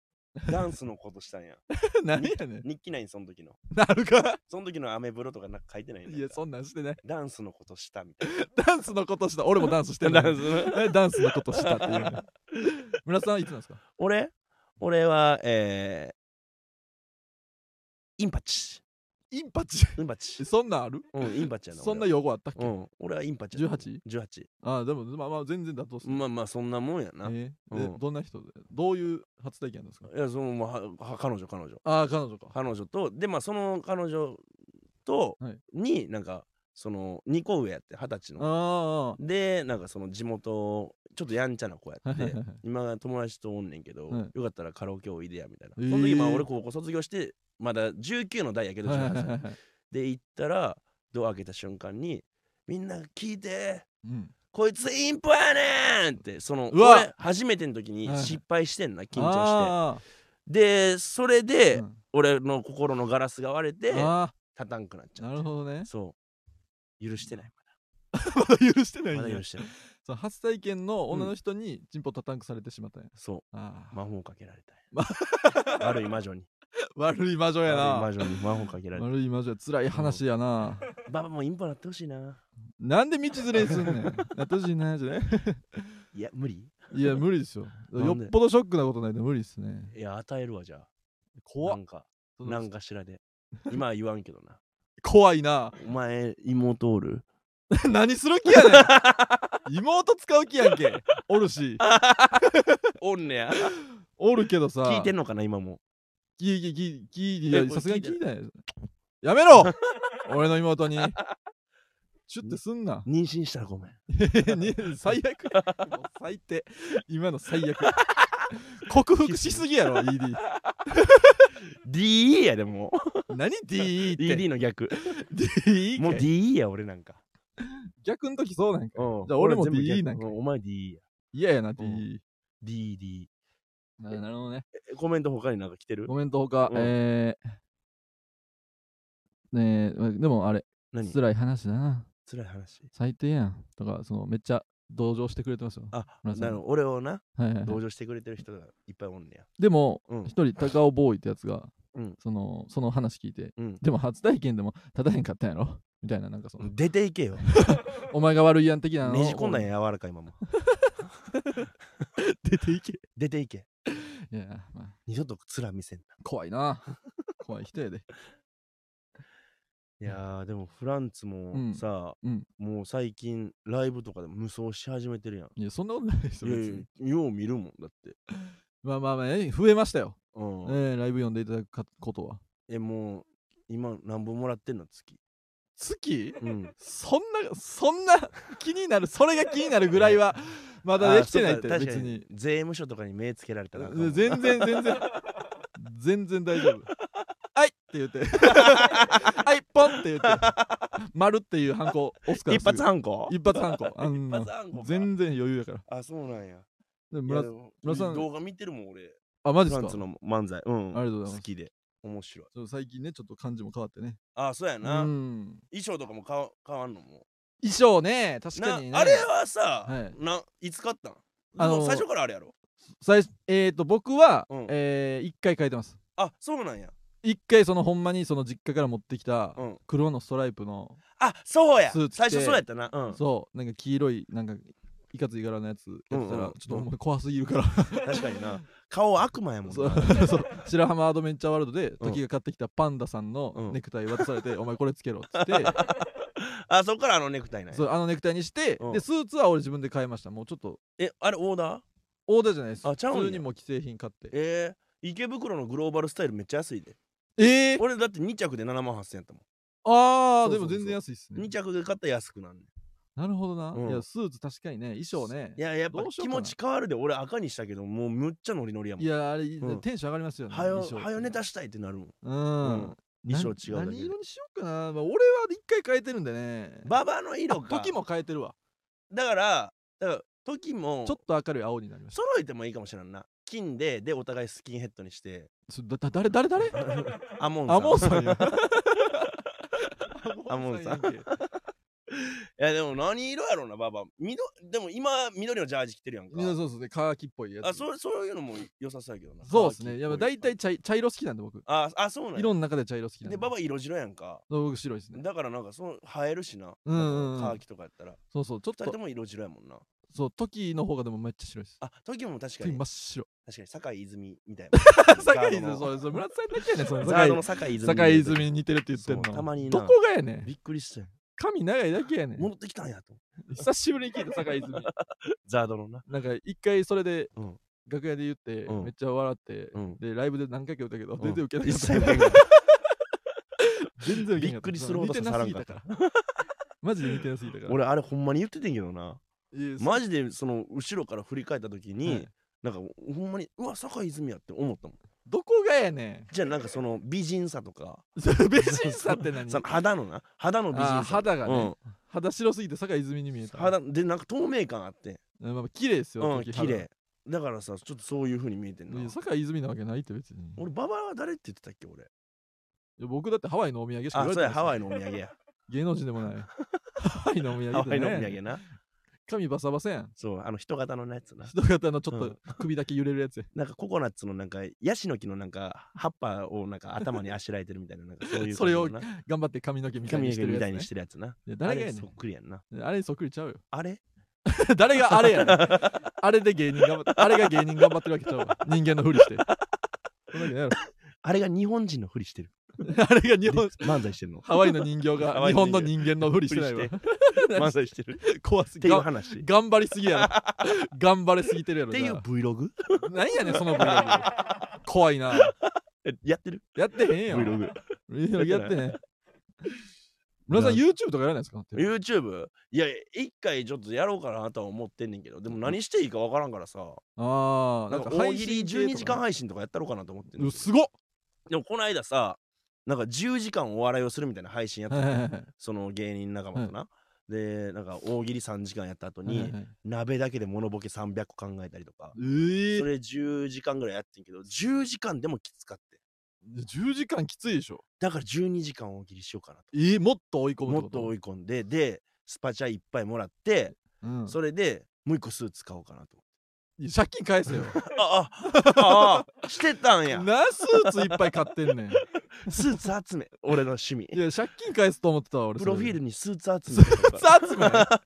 ダンスのことした んや。何やねん。日記ないん、その時の。なるかその時のアメブロとかなんか書いてないんいや、そんなんしてない。ダンスのことしたみたいダンスのことした。俺もダンスして な。ない。スえダンスのことしたっていうね。村田さんはいつなんですか俺俺は、えー、インパチ。インパチ。インパチえ。そんなんあるうん、インパチやな。そんな俺は用語あったっけ、うん、俺はインパチやな。 18? 18。あでも、まあまあ、全然妥当っすね。まあまあ、そんなもんやな。いえーうんでどんな人でどういう初体験なんですかや、その、まあは、は彼女、彼女。ああ、彼女か。彼女と、で、まあ、その彼女と、はいに、なんか、その、2個上やって、二十歳の。あーでなんかその地元ちょっとやんちゃな子やあっー、はいてはいはい今友達とおんねんけど、はいよかったらカラオケおいでやみたいな、えーその時まあ俺高校卒業してまだ19の代やけど、はいはい18はいは歳いはい。で行ったらドア開けた瞬間にみんな聞いてうんこいつインポやねんってそのうわ俺初めての時にはい失敗してんな緊張して、あでそれーでうん俺の心のガラスが割れてあたたんくなっちー、ゃなっるてほど ね。そう許してないまだ許してないまんだや許。してないそう初体験の女の人にチンポタタンクされてしまったんや。そうあー魔法かけられた んや悪い魔女に悪い魔女や悪な。い魔女に魔法かけられた悪い魔女や辛い話やな。ババもうインポなってほしいななんで道連れにすんね ん。やってほしいな、じゃね。いや無理いや、無理ですよ。なんでよっぽどショックなことないと無理ですね。いや与えるわじゃあ怖なんかそのなんかしらで今は言わんけどな怖いな。お前妹おる 何する気やね ん。妹使う気やんけ。おるし。おんねやおるけどさ。聞いてんのかな今も聞いて聞いて聞いてえいやこれさすがに聞聞いいてないやめろ俺の妹にシュッてすん な 妊娠したらごめんに最悪やもう最低今の最悪克服しすぎやろ ED DE やでも何 DE って DD の逆 DE もうかい DE や俺なんか逆の時そうなんかうんじゃあ俺も全部 DE 逆なんかうお前 DE や嫌やな DE ん DD ななるほどねえコメント他になんか来てるコメントほかうんえーねえでもあれ何辛い話だな辛い話最低やんとかそのめっちゃ同情してくれてますよあ村さんなるほど俺をなはいはいはい同情してくれてる人がいっぱいおんねやでもうん一、人高尾ボーイってやつが、うんそのその話 聞いてうんでも初体験でも立たへんかったんやろ みたいななんかその出ていけよお前が悪いやん的なのをねじ込んだんや柔らかいまま出てい けい出ていけや、まあ、二度と面見せんな怖い な怖い人やでいやーでもフランツうんもさ、うんもう最近ライブとかで無双し始めてるやんいやそんなことないですよいや別いにやよう見るもんだってまあまあまあえ増えましたよ、うん、ええライブ読んでいただくかことはえもう今何本もらってんの月月 うんそんなそんな気になるそれが気になるぐらい はまだできてないってあーそっか別確かに税務署とかに目つけられたらあかんわ全然全然全然大丈夫はいって言ってはいポンって言って丸っていうハンコ押すから一すぐ発犯行一発ハンコあん一な発犯行か全然余裕やからあそうなんやでいや村でも村さん動画見てるもん俺あマフジでラすンかツの漫才うんありがとうございます好きで面白いそう最近ねちょっと漢字も変わってねあそうやうな、ん衣装とかも変わ変わんのもう衣装ね確かにねなあれはさ、はいないつ買ったんあのもう最初からあれやろ最初えっ、と僕は、うんえー、一回書いてますあそうなんや一回そのほんまにその実家から持ってきたうん黒のストライプの、あそうやスーツ着て最初そうやったなうんそうなんか黄色いなんかいかつい柄のやつやってたうんら、うんちょっとお前怖すぎるから確かにな顔悪魔やもん そなうそう白浜アドベンチャーワールドでうん時が買ってきたパンダさんのうんネクタイ渡さ れて「お前これつけろ」っつってあそっからあのネクタイないそうあのネクタイにしてうんでスーツは俺自分で買いましたもうちょっとえあれオーダーオーダーじゃないですあちゃうんや普通にもう既製品買ってえー池袋のグローバルスタイルめっちゃ安いでえー、俺だって2着で7万8000やったもあーそうでそうそうも全然安いっすん2ね着で買ったら安くなんねんなるほどな、うんいやスーツ確かにね衣装ねいややっぱどうしよう気かな持ち変わるで俺赤にしたけどもうむっちゃノリノリやもいんやあれ、うんテンション上がりますよねはよ衣装はよネタしたいってなるもんうん、うん衣装違うだなけで何色にしようかな、まあ、俺は一回変えてるんでねババの色か時も変えてるわだからだから時もちょっと明るい青になりました揃えてもいいかもしれんな金ででお互いスキンヘッドにして そだだ誰誰誰 アモンさアんモンさんや。 アモンさアモンさんんやんけやでも何色やろうなババ緑でも今緑のジャージ着てるやんかみんなそうですね、カーキっぽいやつ。あそうそういうのも良さそうやけどなそうですね。秋やっぱ大体茶い茶色好きなんで僕。ああそうなんや色の中で茶色好きなんで。でババ色白やんかそう僕白いですね。だからなんかその映えるしなうんうんうんカーキとかやったらそうそう、ちょっ二人とと、も色白やもんなそう、トキの方がでもめっちゃ白いです。あ時も確トかキに真っ白。確かに酒井泉みたいな 坂井ガード泉、のそうです。村田さんだけやねん、それ。ザード坂の井酒井泉坂井泉に似てるって言ってんその。うたまになどこがやねん。びっくりしたよ髪長いだけやねん。戻ってきたんやと久しぶりに聞いた坂井泉。ザードのななんか一回それでうん楽屋で言って、うんめっちゃ笑って、うんでライブで何回か歌ったけど、ん全然ウケなかっ一た切受けなかっ 全然ウケなかびっくりするほど似刺てさならすんぎかったたから マジで似てなすぎたかたら俺あれほんまに言っててんけどないやマジでその後ろから振り返った時に、はいなんかほんまにうわ酒井泉やって思ったもんどこがや ねじゃあなんかそ の美人さとかんそれ美人さって何その肌のな肌の美人あーさ肌がね、うん肌白すぎて坂井泉に見えた肌でなんか透明感あってうんまあ綺麗ですよ、うん時綺々麗だからさちょっとそういう風に見えてんいやな坂井泉なわけないって別にい俺ババアは誰って言ってたっけ俺や僕だってハワイのお土産しか あ言われてないそうやハワイイのお土産や芸能人でも ないハワイのお土産ハワイのおで土ね産な髪バサバサやんそうあの人型のやつな人型のちょっうと首だけ揺れるやつや、なんかココナッツのなんかヤシの木のなんか葉っぱをなんか頭にあしらえてるみたいななんかそういうそれを感じのな頑張って髪の毛みたい髪にのし毛てるみやたつ、いねにし、てるやつないや誰がやあれねそっくりやんなんあれにそっくりちゃうよ あれ誰があれやねんあれで芸人頑張ってあれが芸人頑張ってるわけちゃうわ人間のふりしてそんなわけないやろあれが日本人のふりしてる あれが日で本漫才し てるのハワイの人形ハがワ日イの本人形の人間のふりしてないわふり漫才して る怖すっぎていうが話っ頑張りすぎやろ頑張りすぎてるやろていう Vlog 何やねんその Vlog 怖いなえやってるやってへんよ Vlog Vlog やってへん村田さん YouTube とかやらないですか YouTube? いや一回ちょっとやろうかなとは思ってんねんけどでも何していいかわからんからさああなんか大喜利12時間半配信とかやったろうかなと思ってんねんうけどすごっでもこの間さなんか10時間お笑いをするみたいな配信やっはいてはいたはいのその芸人仲間となでなんか大喜利3時間やった後はいはいにはい鍋だけでモノボケ300個考えたりとかえーそれ10時間ぐらいやってんけど10時間でもきつかって10時間きついでしょだから12時間大喜利しようかなとえー、もっと追い込むもっと追い込んででスパチャいっぱいもらって、うん、それでもう一個スーツ買おうかなといや借金返 せよああああしてたんやなスーツいっぱい買ってん ねんスーツ集め俺の趣味いや借金返すと思ってたわ俺プそれロフィールにスーツ集めとかスーツ集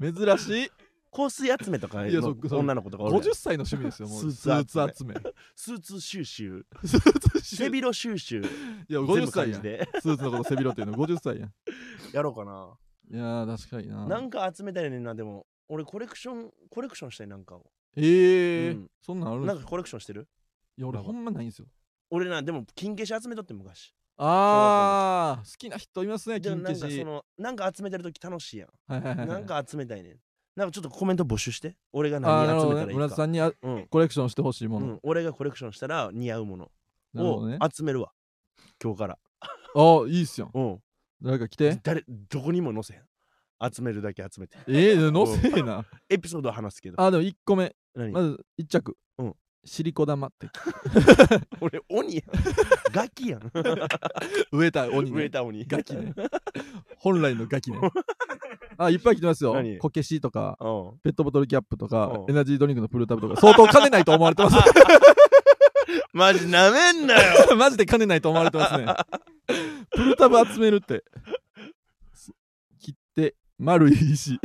め珍しい香水集めとかいやそのそう女の子とかおるや50ん歳の趣味ですよもうスーツ集めスーツ集めスーツ収集 スーツ背広収集 いや全50部歳感やじんスでーツのこと背広っていうの50歳やん やろうかないやー確かにななんか集めたいねんなでも俺コレクションコレクションしたいなんかをえーうんそんなんあるんすなんかかコレクションしてるいや俺ほんまないんすよ俺なでも金消し集めとって昔あー好きな人いますねでも金な消んかしそのなんか集めてる時楽しいやんはいはいはいなはいんか集めたいねん。なんかちょっとコメント募集して。俺があーなる何ほ集めどたねらい村い田か。さんにあうんコレクションしてほしいもうの、ん、俺がコレクションしたら似合うものなるほをどね集めるわ。今日から。あいいっすようん。誰か来て誰、どこにも載せへん。集めるだけ集めて。えー、のせえ なエピソードは話すけど。あでも1個目何まず1着、うんシリコ玉って 俺、鬼 やん。ガキやん。植えた鬼、植えね、た鬼。ガキ ね本来のガキねあいっぱい来てますよ何こけしとかうん。ペットボトルキャップとかうんエナジードリンクのプルタブとか相当金ないと思われてます マジなめんなよ。マジで金ないと思われてますねプルタブ集めるっ て切って丸い 石い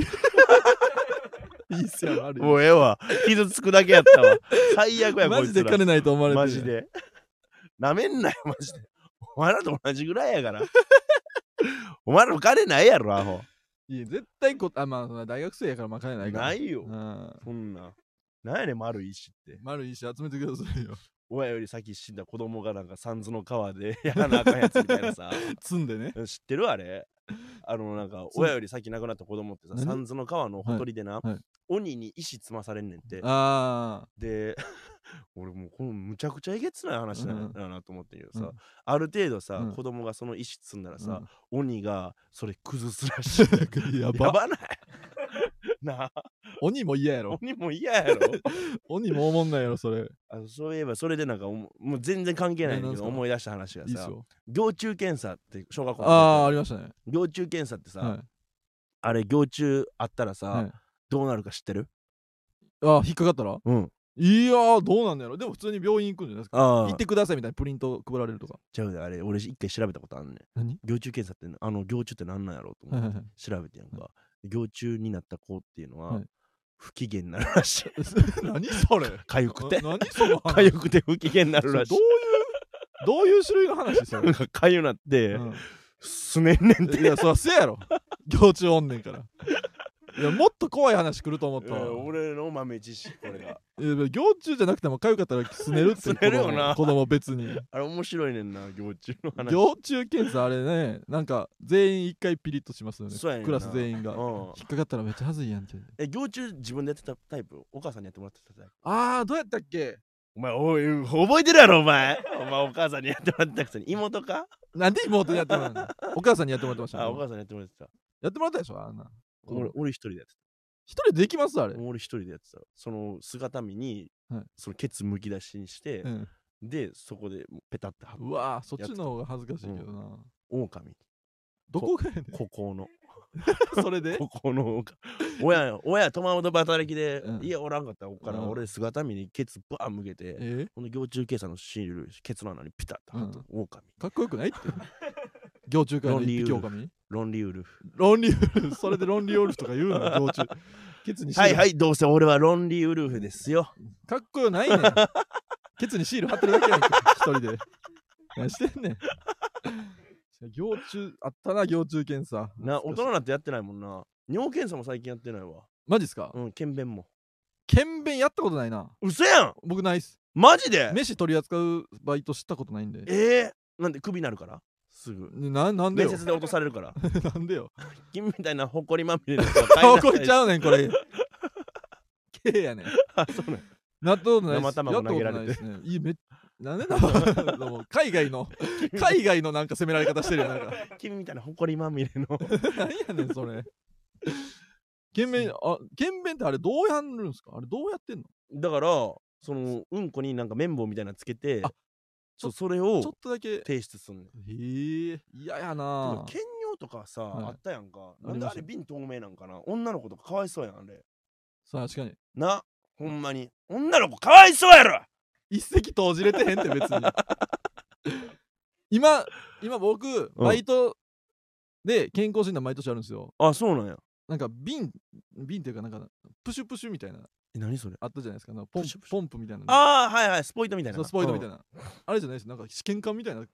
いっすよ丸いもうええわ。傷つくだけやったわ。最悪や、こマいジつでら。金ないと思われてマジで。なめんなよ、マジで。お前らと同じぐらい やから。お前らの金ないやろ、アホ。いや絶対こあまあそんな大学生やからまあ金ないからないう。よんそんな。なんやねん、丸い石って。丸い石集めてくださいよ 親より先死んだ子供がなんか、三途の川で やらなあかんやつみたいな さ。積んでね知ってるあれあの、なんか、そう親より先亡くなった子供ってさ、何三途の川のほとりでな、はいはい鬼に石積まされんねんって。あで、 俺もうこのむちゃくちゃえげつない話だうんうなんだなと思ってんけどあ、うさ、んある程度さ、うん子供がその石積んだらさ、うん鬼がそれ崩すらしい やば やばない なあ鬼も嫌や ろ鬼も嫌やろ鬼も思んないやろそれあのそういえばそれでなんかおももう全然関係ないんだえなんけすどか思い出した話がいいっすさよ行中検査って小学校の時ああありましたね行中検査ってさ、はいあれ行中あったらさ、はいどうなるか知ってるあ引っかかったらうんいやーどうなんだやろでも普通に病院行くんじゃないですかああ行ってくださいみたいなプリント配られるとかちゃうであれ俺一回調べたことあんねん何行中検査ってなあの行中ってなんなんやろうと思はいって、はいはい調べてやんか行中になった子っていうのは、はい不機嫌になるらしい 何それかゆくてな何その話か ゆくて不機嫌になるらしそいれどういうどういう種類の話それ、なんかかゆなって、うんすねんねんっていやそりゃせやろ行中おんねん からいやもっと怖い話来ると思っいたわや俺の豆知識これがいや行中じゃなくてもかゆかったらすねるって すねるよな子供子供別に あれ面白いねんな行中の話行中検査あれねなんか全員一回ピリッとしますよねそうやねんなクラス全員がうん引っかかったらめっちゃはずいやんってえ行中自分でやってたタイプお母さんにやってもらってたタイプあーどうやったっけお前おい覚えてるやろお前お前お母さんにやってもらってたくせに妹かなんで妹にやってもら うのお母さんにやってもらってましたねあお母さんにやってもらってたやってもらったでしょあんな俺俺一人でやって一人でできますあれた俺一人でやってたその姿見に、はいそのケツむき出しにして、うんでそこでペタって貼ってうわーそっちの方が恥ずかしいけどな狼どこがやねん孤高の それで孤高の狼親親トマト働きで、うん家おらんかったおから、うん俺姿見にケツバーン向けて、えこの行中計算のシールケツの穴にピタッと貼って、狼かっこよくないって 行中からの一匹狼ロンリーウルフロンリーウルフそれでロンリーウルフとか言うの 行中ケツにシーはルいはいどうせ俺はロンリーウルフですよかっこよないねんケツにシール貼ってるだけやんけ一人で何してんねん行中あったな行中検査な懐かし大い人になってやってないもんな尿検査も最近やってないわマジっすかうん検便も検便やったことないな嘘やん僕ないっすマジで飯取り扱うバイトしたことないんでええなんで首になるからすぐななんで面よ接で落とされるから なんでよ君みたいなほこりまみれの人あは怒帰りりちなさいゃうねんこ れけいやねんあ そうなんなったことないっすやった生卵こと投げらなれいてですねいいめなんでなでも海外 の海外のなんか責められ方してるよなんか 君みたいなほこりまみれの何やねんそれ検便あ検便ってあれどうやるんですかあれどうやってんのだからそのうんこになんか綿棒みたいなのつけてあそうそれちょっをとだけへ提出すんねんえ嫌やでなも兼用とかさ、はいあったやんかあなりんでまあしたれ瓶透明なんかな女の子とかかわいそうやんあれさあ確かになほんまに女の子かわいそうやろ一石投じれてへんって別に 今今僕うんバイトで健康診断毎年あるんですよあそうなんやなんか瓶瓶っていうかなんかプシュプシュみたいなえ何それあったじゃないですかなんかポンプシュプシュポンプみたいなああはいはいスポイトみたいそなうスポイトみたいなな、あれじゃないですなんか試験管みたいな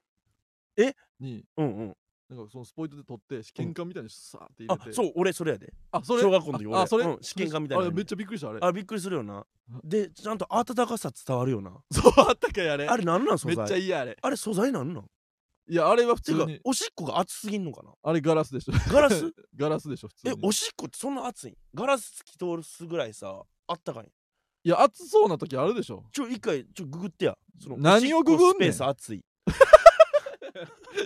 えにうんうんなんかそのスポイトで取って試験管みたいにさーって入あれて、そう俺それやであそれ小学校の時俺あそれ、うん試験管みたいなあのれにめっちゃびっくりしたあれあびっくりするよなでちゃんと温かさ伝わるよなそうあったかいあれあれなんなん素めっちゃ材嫌あれあれ素材なんなんいやあれは普て通いうかにおしっこが熱すぎんのかなあれガラスでしょガラス ガラスでしょ普通えにおしっこってそんな熱いんガラス透き通るすぐらいさあったかいんいや熱そうな時あるでしょちょ一回ちょググってやその何をググんねんおしっこスペース熱い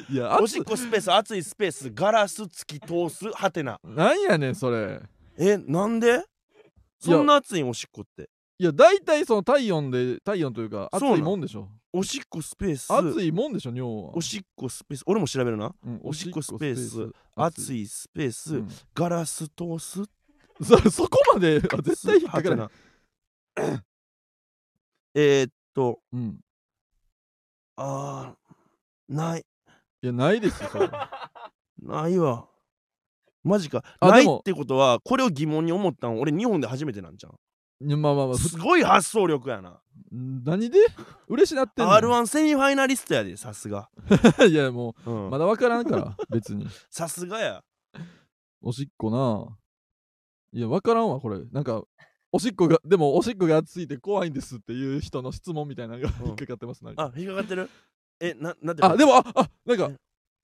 いやお熱しっこスペース熱いスペースガラス突き通すはてななんやねんそれえなんでそんな熱いんおしっこっていや大体その体温で体温というか熱そうなんいもんでしょおしっこスペース熱いもんでしょ尿はおしっこスペース俺も調べるなうんおしっこスペース熱熱いいスペース、うんガラス通すそそこまであ絶対引っかからないはてなえーっとうんあーないいやないですよそ れないわマジかあないでっもてことはこれを疑問に思ったん俺日本で初めてなんじゃんいやまあまあまあふすごい発想力やな何で嬉しなってんの r 1セミファイナリストやでさすが、いやもううんまだ分からんから別にさすがやおしっこないや分からんわこれなんかおしっこがでもおしっこが熱いて怖いんですっていう人の質問みたいなのがうん引っかかってますなんかあ引っかかってるえななんてあでもああなんかうん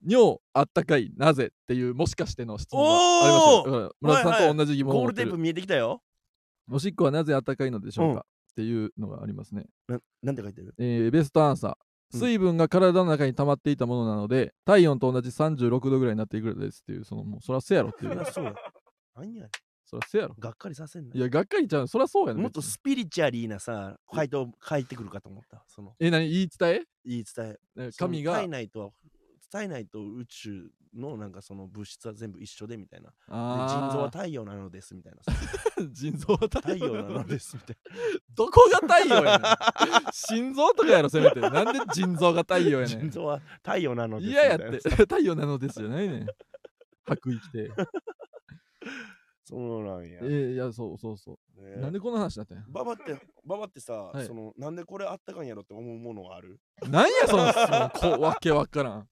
尿あったかいなぜっていうもしかしての質問がおーありましたよだから村田はさいんはとい同じ疑問をゴー持っルてテープる見えてきたよおしっこはなぜあったかいのでしょうか、うんっていうのがありますねななんて書いてるえーベストアンサーうん水分が体の中に溜まっていたものなので、体温と同じ36度ぐらいになっていくのですっていうそのもうそらせやろってそいりうゃそうや何や そらせやろがっかりさせんないやがっかりちゃうそらそうやねもっと別にスピリチュアリーなさ回答返ってくるかと思ったそのえ何言い伝え言い伝えなんかその神が体内とは伝えないと宇宙のなんかその物質は全部一緒でみたいな。で腎臓はあ太陽なのですみたいな。ー腎臓は太太陽陽ななののでですみたいどこが太陽やねん心臓とかやろせめてなんで腎臓が 太陽やねな。腎ん臓は太陽なのですみた嫌いな。やって太陽なのですじゃないねん白衣着てそうなんや。えーいやそうそうそうねなんでこの話だったんやババって、ババってさ、いそのなんでこれあったかいんやろって思うものはあるなんやその質問こわけわからん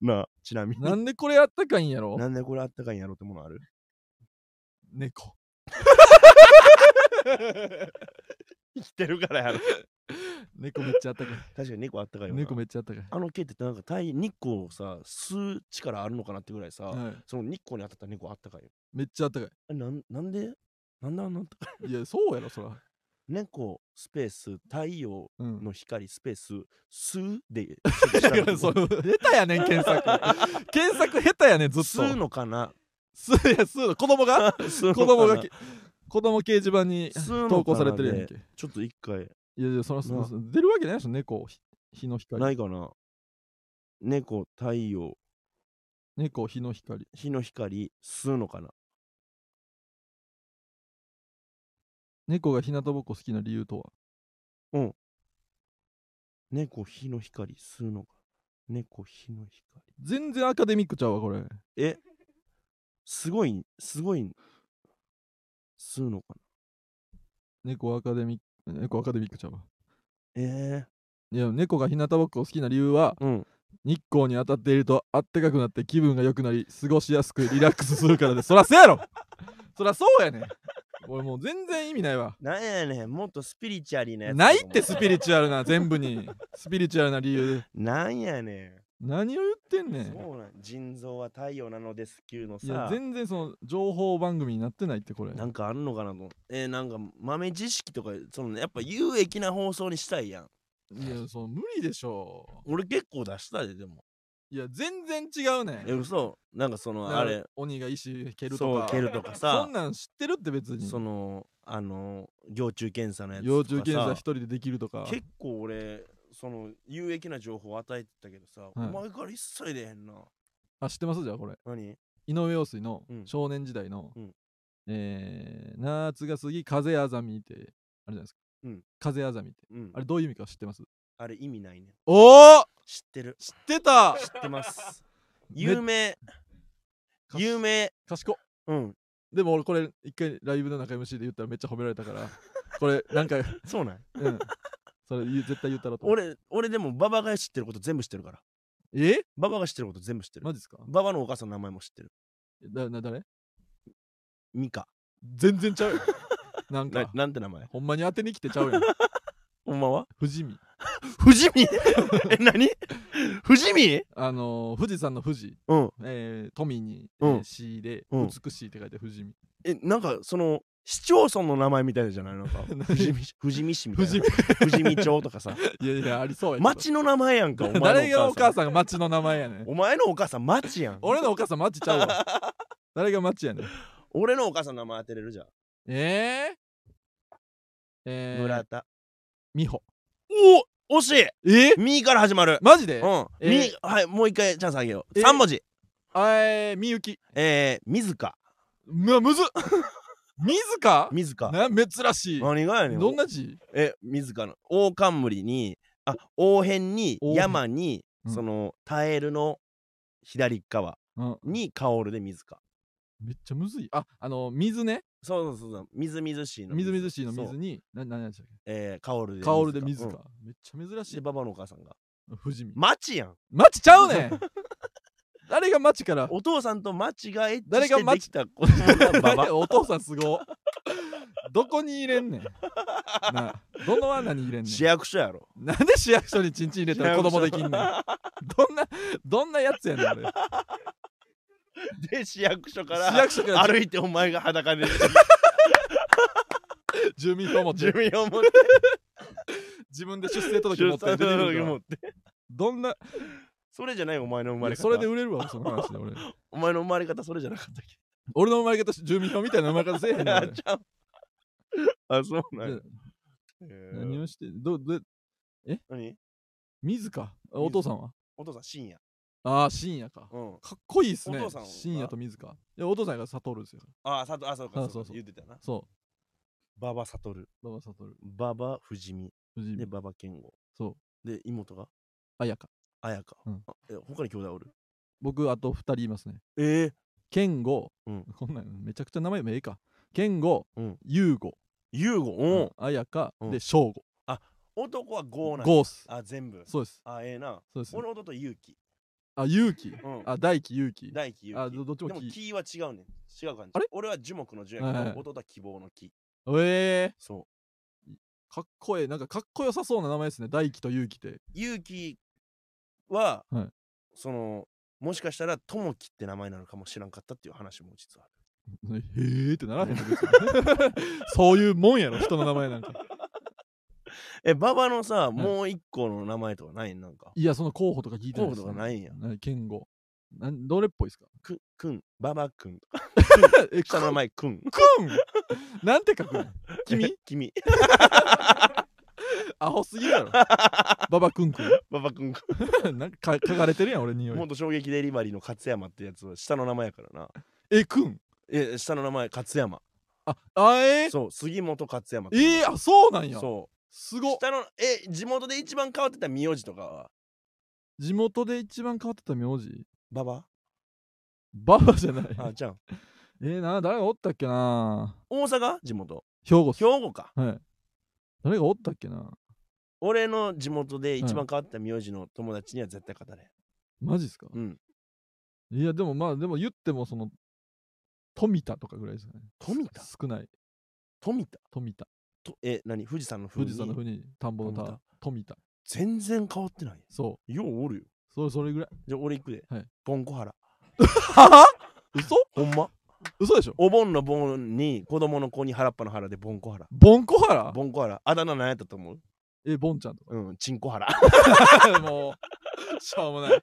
なあ、ちなみ に。なんでこれあったかいんやろなんでこれあったかいんやろっても のある猫生きてるからやろ。 猫めっちゃあったかい確かに猫あったかいよな。猫めっちゃあったかいあの毛ってなんか太日光をさ、吸う力あるのかなってぐらいさ、はいその日光に当たった猫あったかいよ。めっちゃあったかいえなんなんでなんだなんとかいやそうやろそら猫スペース太陽うんの光スペース吸う でだからその下手やねん検 索検索下手やねんずっと吸うのかな すいやすの子供が吸うの子かな供がき子供掲示板に吸うのかな 投稿されてるやんけちょっと一回いやいやそらそらなそら出るわけないでしょ猫ひ日のな光いかな猫太陽猫日の光日の光吸うのかな猫が日向ぼっこ好きな理由とは猫日の光吸うのか猫日の光全然アカデミックちゃうわこれえすごいすごい吸うのか猫アカデミック猫アカデミックちゃうわなえいや猫が日向ぼっこ好きな理由はー、うん日光に当たっているとあったかくなって気分が良くなり過ごしやすくリラックスするからですそらそうやろそらそうやねん俺もう全然意味ないわなんやねんもっとスピリチュアリーなやつないってスピリチュアルな全部にスピリチュアルな理由なんやね何を言ってんん。ねんそうなん腎臓は太陽なのです級のいやさ。全然その情報番組になってないってこれなんかあるのかなと思う。えー、なんか豆知識とかそのやっぱ有益な放送にしたいやん。いやその無理でしょ俺結構出したででも。いや全然違うねんえ嘘なんかそのなあれ鬼が石蹴るそとうか蹴るとかそさん。なん知ってるって別にそのあの幼虫検査のやつ幼とかさ。虫検査一人でできるとか結構俺その有益な情報を与えてたけどさ、いお前から一切出へんな。あ知ってますじゃあこれ何？井上陽水のうん少年時代の、うんえー夏が過ぎ風あざみってあるじゃないですか、うん風あざみってうん。ああれれどういう意味か知ってます意味ないね。おお知ってる。知って た知ってます。め有名。賢有名。賢っうん。でも俺これ一回ライブの中 MC で言ったらめっちゃ褒められたから これなんか、そうなん。うん、それ言う絶対言ったらと思う俺、俺でも、ババが知ってること全部知ってるから。えババが知ってること全部知ってるマ。ジっすかババのお母さんの名前も知ってる。だな誰ミカ。全然ちゃうよなん なかなんて名前ほんまに当てに来てちゃうやんほんまは富士見富士見 え、何富士見あのー、富士山の富士、うん。えー、富に、えうんー、市で、うん美しいって書いて富士見え、なんか、その、市町村の名前みたいじゃない なんか何、富士見市富士見市みたい富な。士富見士見町とか さ。いやいや、ありそうやけど。町の名前やんか、お前のお母さん。誰がお母さんが町の名前やねん。お前のお母さん、町やん。俺のお母さん町ちゃうわ。 誰が町やねん。俺のお母さんの名前当てれるじゃん。えー、えー、村田。美穂。お惜しいえミーから始まる。マジで、うん。えーみはい、もう一回チャンスあげよう。えー3文字。えー、みゆき。えー、水か。うわむ ずっ水か水か。な珍しい。何がやねん。どんな字え、水かの。大冠に、あ、王辺に、王辺山に、うんその、タエルの左側うんに、薫で水か。めっちゃむずい。あ、あの、水ね。そうそうそうそう。みずみずしいの。みずみずしいのそ水う。に、な何やったっけえー、薫で。薫で水か、うん。めっちゃ珍しで、い。ババのお母さんが。富士見。町やん。町ちゃうねん誰が町からお父さんと町がエッチ誰しがてで町きた子供がババ。お父さんすごどこに入れんねんなあどの穴に入れんね市ん役所やろ。なんで市役所にチンチン入れたら子供できんねんどんなどんなやつやねんあれで、市役所か ら。市役所から歩いてお前が裸で住民票持って寿命を持って自分で出生届持出って出産てくるをか持らってどんなそれじゃないお前の生まれ方それで売れるわその話で俺お前の生まれ方それじゃなかったっけ俺の生まれ方住民票みたいな生まれ方せえへんねんあ俺ち ゃうあそうなんやでへー何をしてどで何水かあお父さんはお父さん深夜ああ深夜かうん、かっこいいっすねお父さんは深夜と水かいやお父さんが悟るですよああ、さと、あ、そうか、あそうそかうそう言ってたな。そババサトル、う馬場悟ババ富士見、藤で、井ババ健吾、そうで、妹があやか綾香。うんあえ他に兄弟おる僕あと2人いますねええ健吾、うんこんなんめちゃくちゃ名前もええか健吾うん優吾ユーゴ、ううんん、綾香うんで翔吾男はゴーなんやゴースあ、全部。そうですあ、ええな。そうです俺の弟、勇気。あ勇気うん。あ大輝勇気大輝、あ勇ど気。どっちもで輝も、木は違うねん。違う感じ。あれ俺は樹木の樹やはけいはいど、弟は希望の木。ええそう。かっこええなんかかっこよさそうな名前ですね大輝と勇気って勇気は、はいその、もしかしたら、ともきって名前なのかもしらんかったっていう話も実はあねる。へえってならへんの別に そういうもんやろ人の名前なんかえ、ババのさ、もう一個の名前とかないんなんか。いやその候補とか聞いてない候補とかないいんや。健吾なんどれっぽいですかくん、くん、ばばくん。 え下の名前、くん。くん なんて書くん 君君。 アホすぎる やろババくんくばばくん。ん なんかか書かれてるやん俺匂い元衝撃デリバリーの勝山ってやつは下の名前やからな。えくんえ、下の名前、勝山。ああえーそう、杉本勝山。えー、あそうなんやそすう。ごっ下の、え、地元で一番変わってた名字とかは、地元で一番変わってた名字ばばババじゃないあ、じゃん。えー、な誰がおったっけな大阪地元。兵庫っす兵庫か。はい誰がおったっけな俺の地元で一番変わってた名字の友達には絶対勝たれマジっすかん。うん。いやでもまあでも言ってもその富田とかぐらいですかね富田少ない富田富田とえ、何富士山の富富士士山の山富に田んぼの田富田全然変わってない。そようおるよ。うそれそれぐらいじゃあ俺行くで。はいポンコハラ。は嘘ほんま嘘でしょお盆の盆に子供の子に原っぱの原でボンコハラ。ボンコハラボンコハラ。あだ名何やったと思うえボンちゃんとうん、チンコハラ。 かもうしょうもない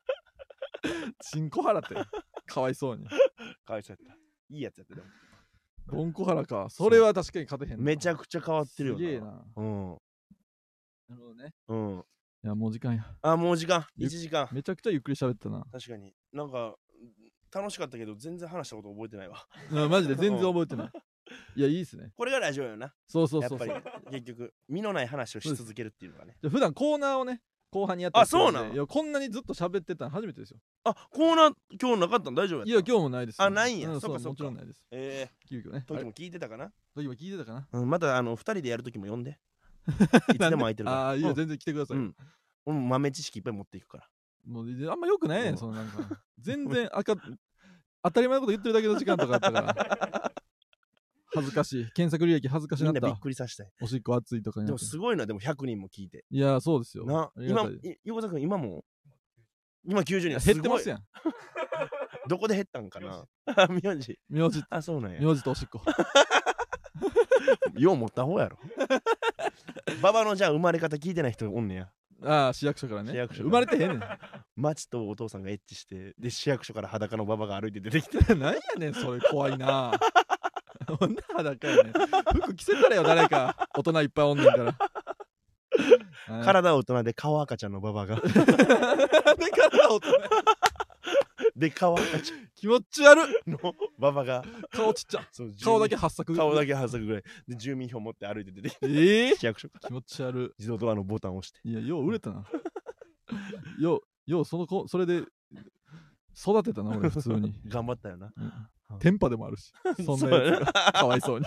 チンコハラってかわいそうにかわいそうやった。いいやつやったでも。ボンコハラかそれは確かに勝てへんなめちゃくちゃ変わってるよすげえななうん。るほどねうん。いやもう時間やあ、もう時間。ゆ1時間。めちゃくちゃゆっくり喋ったな確かに。なんか、楽しかったけど、全然話したこと覚えてないわ。うんマジで全然覚え てないいやいいっすねこれがラジオよな。そうそうやっそうぱそうり、結局、身のない話をし続けるっていうのがね。じゃあ普段コーナーをね後半にやってるあそうなんでいやこんなにずっと喋ってたの初めてですよあ、コーナー今日なかったの大丈夫やったいや今日もないですよあないんやうそっかそっかもちろんないですえ急遽ねー、時あれも聞いてたかな時も聞いてたかなうん、また、あの、2人でやる時も呼ん で。いつでも空いてるから。ああーいいうよん全然来てくださいうん。俺も豆知識いっぱい持っていくから。もうであんまよくないねうんんその なんか全然あか当たり前のこと言ってるだけの時間とかあったから 恥ずかしい検索履歴恥ずかしみなんっなびったくりさせたい。おしっこ熱いとかにでなっもてすごいな、でも100人も聞いて。いやそうですよな、ありが今たい、い横田君、今も今90い人やすごい減ってますやんどこで減ったん かな 名字。名字あ、そうなんや。名字とおしっこよう持った方 やろ。ババのじゃあ生まれ方聞いてない人おんねや。ああ市役所からね市役所か生らまれてへんねん町とお父さんがエッチして、で、市役所から裸のババが歩いて出てきて。なん やねんそれ怖いな 女裸やねん服着せたらよ誰か大人いっぱいおんねんからはい 体は大人で顔赤ちゃんのバ バが。なん で体大人やで、顔赤ち気持ち悪っゃんのババが。顔ちっちゃそう住民顔だけ発作顔だけ発作ぐらい。で、住民票持って歩いて出てきて、ええ市役所か ら気持ち悪自動ドアのボタンを押して。いやよう売れた なようようその子それで育てたな俺普通 に、頑張ったよな。うん、テンパでもある しそんなやそうつかわいそうに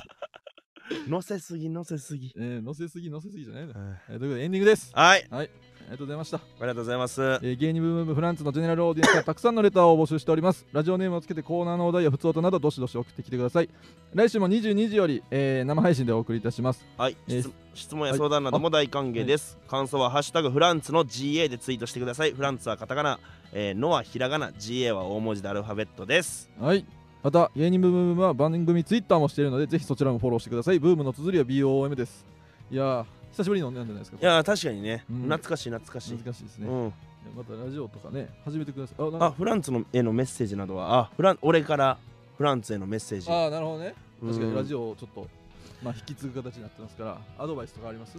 乗せすぎ乗せすぎ。えー、乗せすぎ乗せすぎじゃないのよ、はい、えーということでエンディングですあありりがとうございましたがとうございます。えー芸人ブームブームフランツのジェネラルオーディエンスから たくさんのレターを募集しておりますラジオネームをつけてコーナーのお題や普通音などどしどし送ってきてください来週も22時より、えー生配信でお送りいたしますはい、えー質質問や相談なども大歓迎です。感想は「ハッシュタグフランツの GA」でツイートしてください。フランツはカタカナ、えー、ノはひらがな、GA は大文字でアルファベットです。はいまた芸人ブームブームは番組ツイッターもしているのでぜひそちらもフォローしてくださいブームの綴りは BOM ですいやー久しぶりに飲んだんじゃないですかいやー、確かにね、うん懐かしい懐かしい。難しいですうね、いやん、またラジオとかね始めてくださいあなんかあフランツのへのメッセージなどはあフラン俺からフランツへのメッセージあーなるほどねうん確かにラジオをちょっとまあ引き継ぐ形になってますからアドバイスとかあります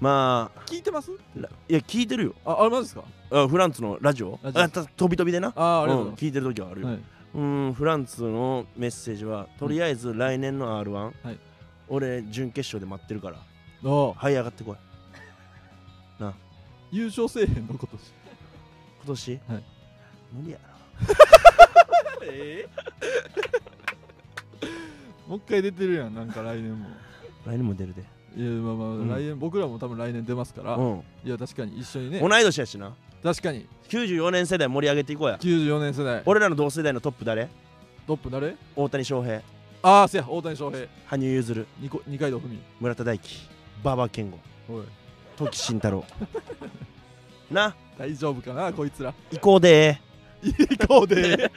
まあ聞いてますらいや聞いてるよあ、あれマジですかあフランツのラジオラジオあた飛び飛びでなあー、ありがうとんうござい聞いてる時はあるよ、ます。はいうーんフランツのメッセージはとりあえず来年の R1、はい俺準決勝で待ってるからああ、はい上がってこい優勝せえへんの今年。今年、はい無理や えもう一回出てるやん、なんか来年も。な来年も出るでいや、まあまあ、ん来年、僕らも多分来年出ますからう。んいや、確かに一緒にね同。い年やしな確かに。 94年世代盛り上げていこうや94年世代。俺らの同世代のトップ誰トップ誰大谷翔平ああ、せや、大谷翔平。羽生結弦二こ二階堂ふみ。村田大樹馬場健吾おい。時慎太 郎な大丈夫かな、こいつら。行こうで行こうでー。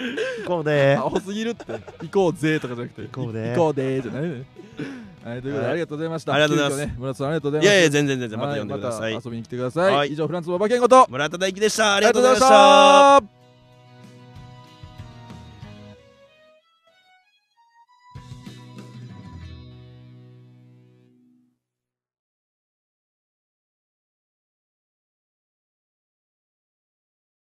行こうで青すぎるって。行こうぜーとかじゃなくて。行こうで行こうでーじゃないね。はい、ということで、はいありがとうございました。ありがとうございます急遽ね、村田さん、ありがとうごいざいまやすい。や全然全然またはい呼んでください、また遊びに来てください。はい以上、フランスの馬場健吾と、あ村田大樹でしたありりがとうがとうござございいままししたた。